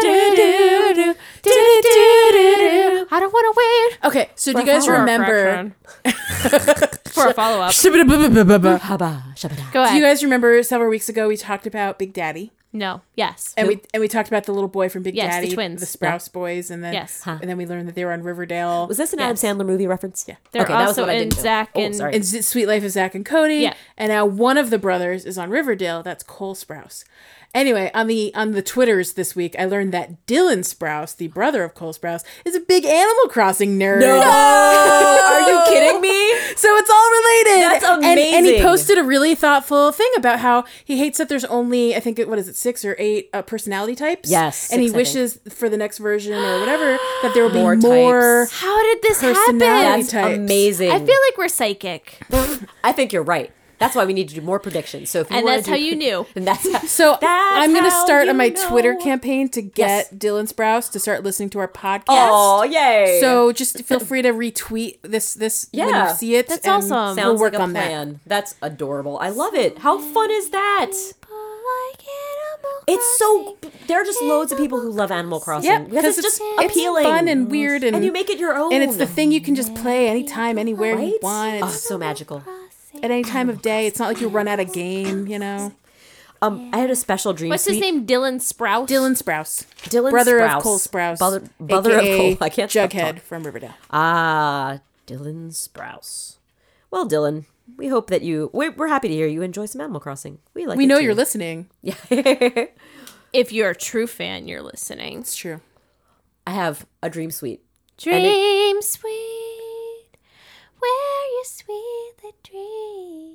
Do-do-do-do-do. Do-do-do-do-do. I don't want to wait Okay, so do you guys for a remember? correction. for a follow up. Do Haba, shabada. Go ahead. you guys remember several weeks ago we talked about Big Daddy? no. Yes. and we and we talked about the little boy from Big Yes, the Daddy, twins. Sprouse boys, and then Yes. Huh. and then we learned that they were on Riverdale. Was this an Adam Sandler movie reference? Yeah. They're also I in didn't know. Zack Oh, and- sorry. and Z- Sweet Life of Zach and Cody. Yeah. And now one of the brothers is on Riverdale. That's Cole Sprouse. Anyway, on the on the Twitters this week, I learned that Dylan Sprouse, the brother of Cole Sprouse, is a big Animal Crossing nerd. Are you kidding me? So it's all related. That's And, and he amazing. posted a really thoughtful thing about how he hates that there's only, I think, it what is it, six or eight uh, personality types? Yes, And he six, I wishes for the next version or whatever that there will be more. More How did this happen? Personality I That's types. amazing. feel like we're psychic. I think you're right. That's why we need to do more predictions. So if you And wanna that's do- how you knew. And that's how, So I'm going to how start on you my know. Twitter campaign to get Yes. Dylan Sprouse to start listening to our podcast. Oh yay! So just feel free to retweet this this when Yeah. you see it. That's and awesome. We'll sounds work like a on that. plan. That's adorable. I love it. How fun is that? It's so. There are just loads of people who love Animal Crossing. Yeah, because it's, just appealing, fun and weird, and, and you make it your own. And it's the thing you can just play anytime, anywhere you Right? want. Oh, so magical. at any time of day. It's not like you run out of game, you know. Um, I had a special dream. What's his suite. name? Dylan Sprouse. Dylan Sprouse, Dylan brother Sprouse. of Cole Sprouse, Brother, brother of aka Cole. I can't stop Jughead talking. from Riverdale. Ah, Dylan Sprouse. Well, Dylan, we hope that you. We're, we're happy to hear you enjoy some Animal Crossing. We like. We it know too. you're listening. Yeah. If you're a true fan, you're listening. It's true. I have a dream suite. Dream sweet, where you sweetly dream.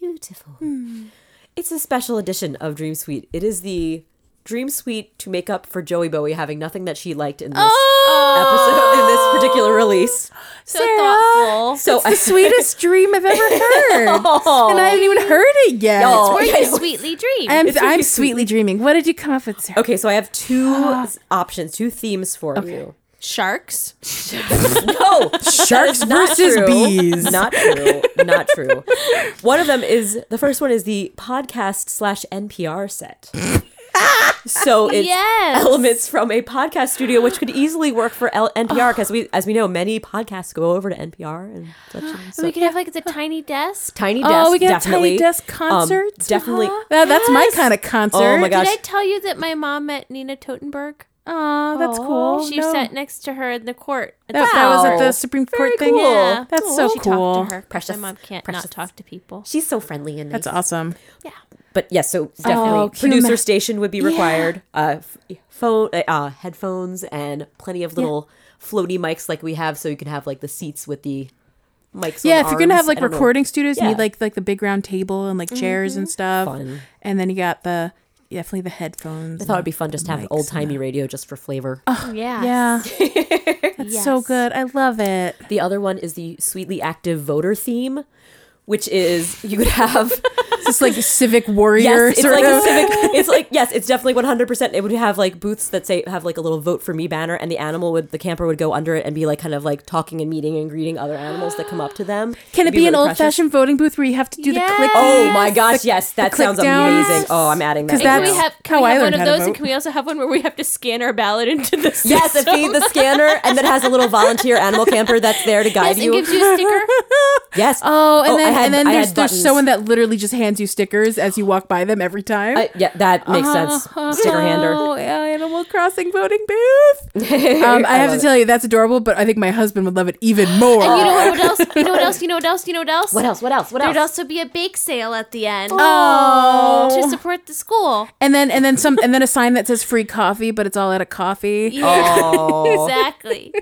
Beautiful. Hmm. It's a special edition of Dream Suite. It is the Dream Suite to make up for Joey Bowie having nothing that she liked in this Oh! episode, in this particular release. So thoughtful. So I, Sweetest dream I've ever heard, and I haven't even heard it yet. Oh, where I you know. sweetly dream. I'm, It's I'm really sweetly dreaming. What did you come up with, Sarah? Okay, so I have two Ah. s- options, two themes for you. Sharks. No, Sharks versus bees. Not true. Not true. One of them is the first one is the podcast slash NPR set. so it's Yes. elements from a podcast studio, which could easily work for L- NPR because we, as we know, many podcasts go over to NPR and such. And So we such. could have like the tiny desk. Tiny Oh, desk, we could have definitely. tiny desk Um, concerts? Uh-huh. definitely. That- that's my Yes. kind of concert. Oh my gosh. Did I tell you that my mom met Nina Totenberg? Oh, that's cool. She No. sat next to her in the court. At That, that was at Wow. the Supreme Court thing. cool. Yeah. That's so she cool. Talked to her. Precious, Precious. My mom can't precious. not talk to people. She's so friendly and nice. That's awesome. Oh, But yes, so definitely can you producer ima- station would be required. Uh, f- phone, uh, uh, headphones, and plenty of little floaty mics like we have, so you can have like the seats with the mics. yeah, on if you're gonna arms. have like I don't know. recording studios, you Yeah. Mm-hmm. need like like the big round table and like chairs and stuff. Fun. And then you got the definitely the headphones. I thought it'd be fun just to have an old timey radio just for flavor. Yeah. yeah, that's so good. I love it. The other one is the sweetly active voter theme, which is you could have It's like civic warrior yes, it's sort like of. a civic. It's like yes, it's definitely one hundred percent. It would have like booths that say have like a little vote for me banner, and the animal would the camper would go under it and be like kind of like talking and meeting and greeting other animals that come up to them. Can it It'd be, really an old precious. fashioned voting booth where you have to do the Yes. click? Oh my gosh, yes, that click sounds downs. amazing. Oh, I'm adding that. Because in Can that's- we now. have, can how we I have one learned of how to those, and vote. can we also have one where we have to scan our ballot into the system? Yes, and feed the scanner, and then has a little volunteer animal camper that's there to guide Yes, it you. gives you a sticker. yes. Oh, and I then had- and then I there's had there's buttons. someone that literally just hands you stickers as you walk by them every time. Uh, yeah, that makes sense. Sticker hander. Oh, Animal Crossing voting booth. Um, I, have to love tell you, that's adorable, but I think my husband would love it even more. And you know what else? You know what else? You know what else? You know what else? What else? What else? What There'd else? also be a bake sale at the end Oh. to support the school. and then and then some and then a sign that says free coffee, but it's all out of coffee. Oh. Exactly.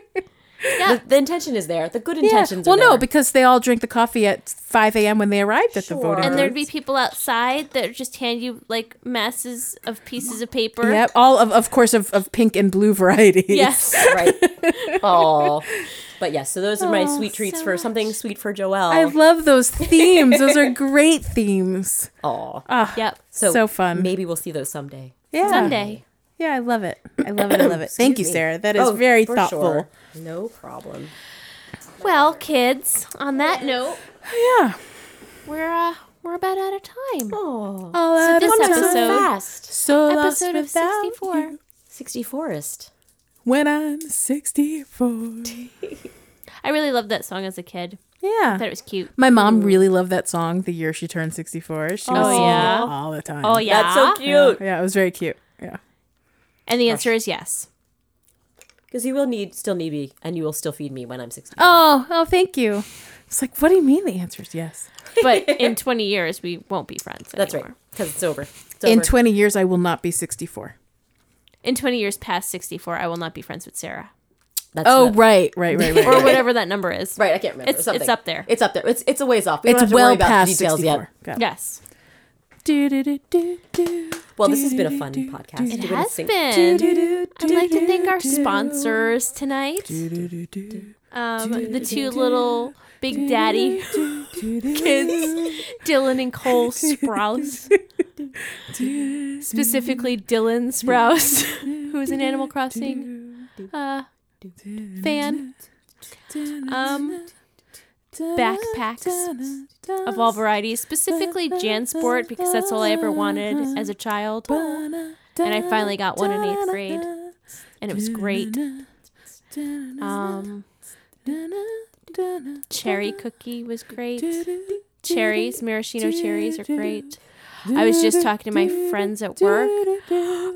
the, the intention is there. The good intentions. Well, are there. no, because they all drink the coffee at 5 a.m. when they arrived at the voting And there'd booths. be people outside that would just hand you like masses of pieces of paper. Yep, all of of course of, of pink and blue varieties. Yes. right. Oh, but yes. So those are my sweet treats so for something sweet for I Joelle. love those themes. Those are great themes. Oh, Yep. so, so fun. Maybe we'll see those someday. Yeah. Someday. Yeah, I love it. I love it. I love it. Thank you, Excuse me. Sarah. That is Oh, very for thoughtful. sure. No problem. Well, kids. On that note, Yeah. we're uh, we're about out of time. Oh, All So out this of time. episode- fast. so lost Episode of without sixty four. Sixty forest. when I'm 64. I really loved that song as a kid. I thought Yeah. it was cute. My mom really loved that song the year she turned 64. She was Oh, singing yeah? it all the time. Oh yeah. That's so Yeah. cute. Yeah, it was very cute. Yeah. And the Oh. answer is yes. Because you will need still need me, and you will still feed me when I'm sixty. Oh, oh, thank you. It's like, what do you mean the answer is yes? But in twenty years we won't be friends. That's right. anymore. Because it's over. It's In over. 20 years, I will not be 64. In twenty years past sixty four, I will not be friends with Sarah. That's Oh, not- right, right, right, right. Or whatever that number is. right. I can't remember. It's- Something. it's up there. It's up there. It's it's a ways off. We don't it's have to well worry about past the details 64. yet. Got it. Yes. Do-do-do-do-do. Well, this has been a fun podcast. It Do we has sing? been. Do-do-do-do. I'd like to thank our sponsors tonight. Um, the two little Big Daddy kids, Dylan and Cole Sprouse. Specifically, Dylan Sprouse, who is an Animal Crossing uh, fan. Um, backpacks of all varieties, specifically Jansport, because that's all I ever wanted as a child. And I finally got one in eighth grade, and it was great. Um, cherry cookie was great. Cherries, maraschino cherries are great. I was just talking to my friends at work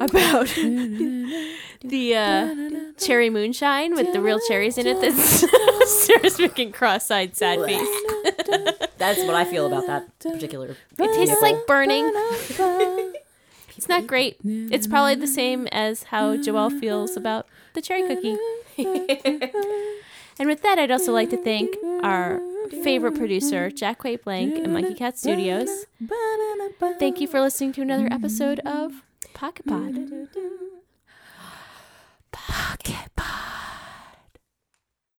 about the uh, cherry moonshine with the real cherries in it. That's Sarah's making cross-eyed sad face. That's what I feel about that particular. It tastes like burning. It's not great. It's probably the same as how Joelle feels about the cherry cookie. and with that, I'd also like to thank our favorite producer, Jack Quay Blank and Monkey Cat Mm-hmm. Studios. Thank you for listening to another episode of Pocket Pod.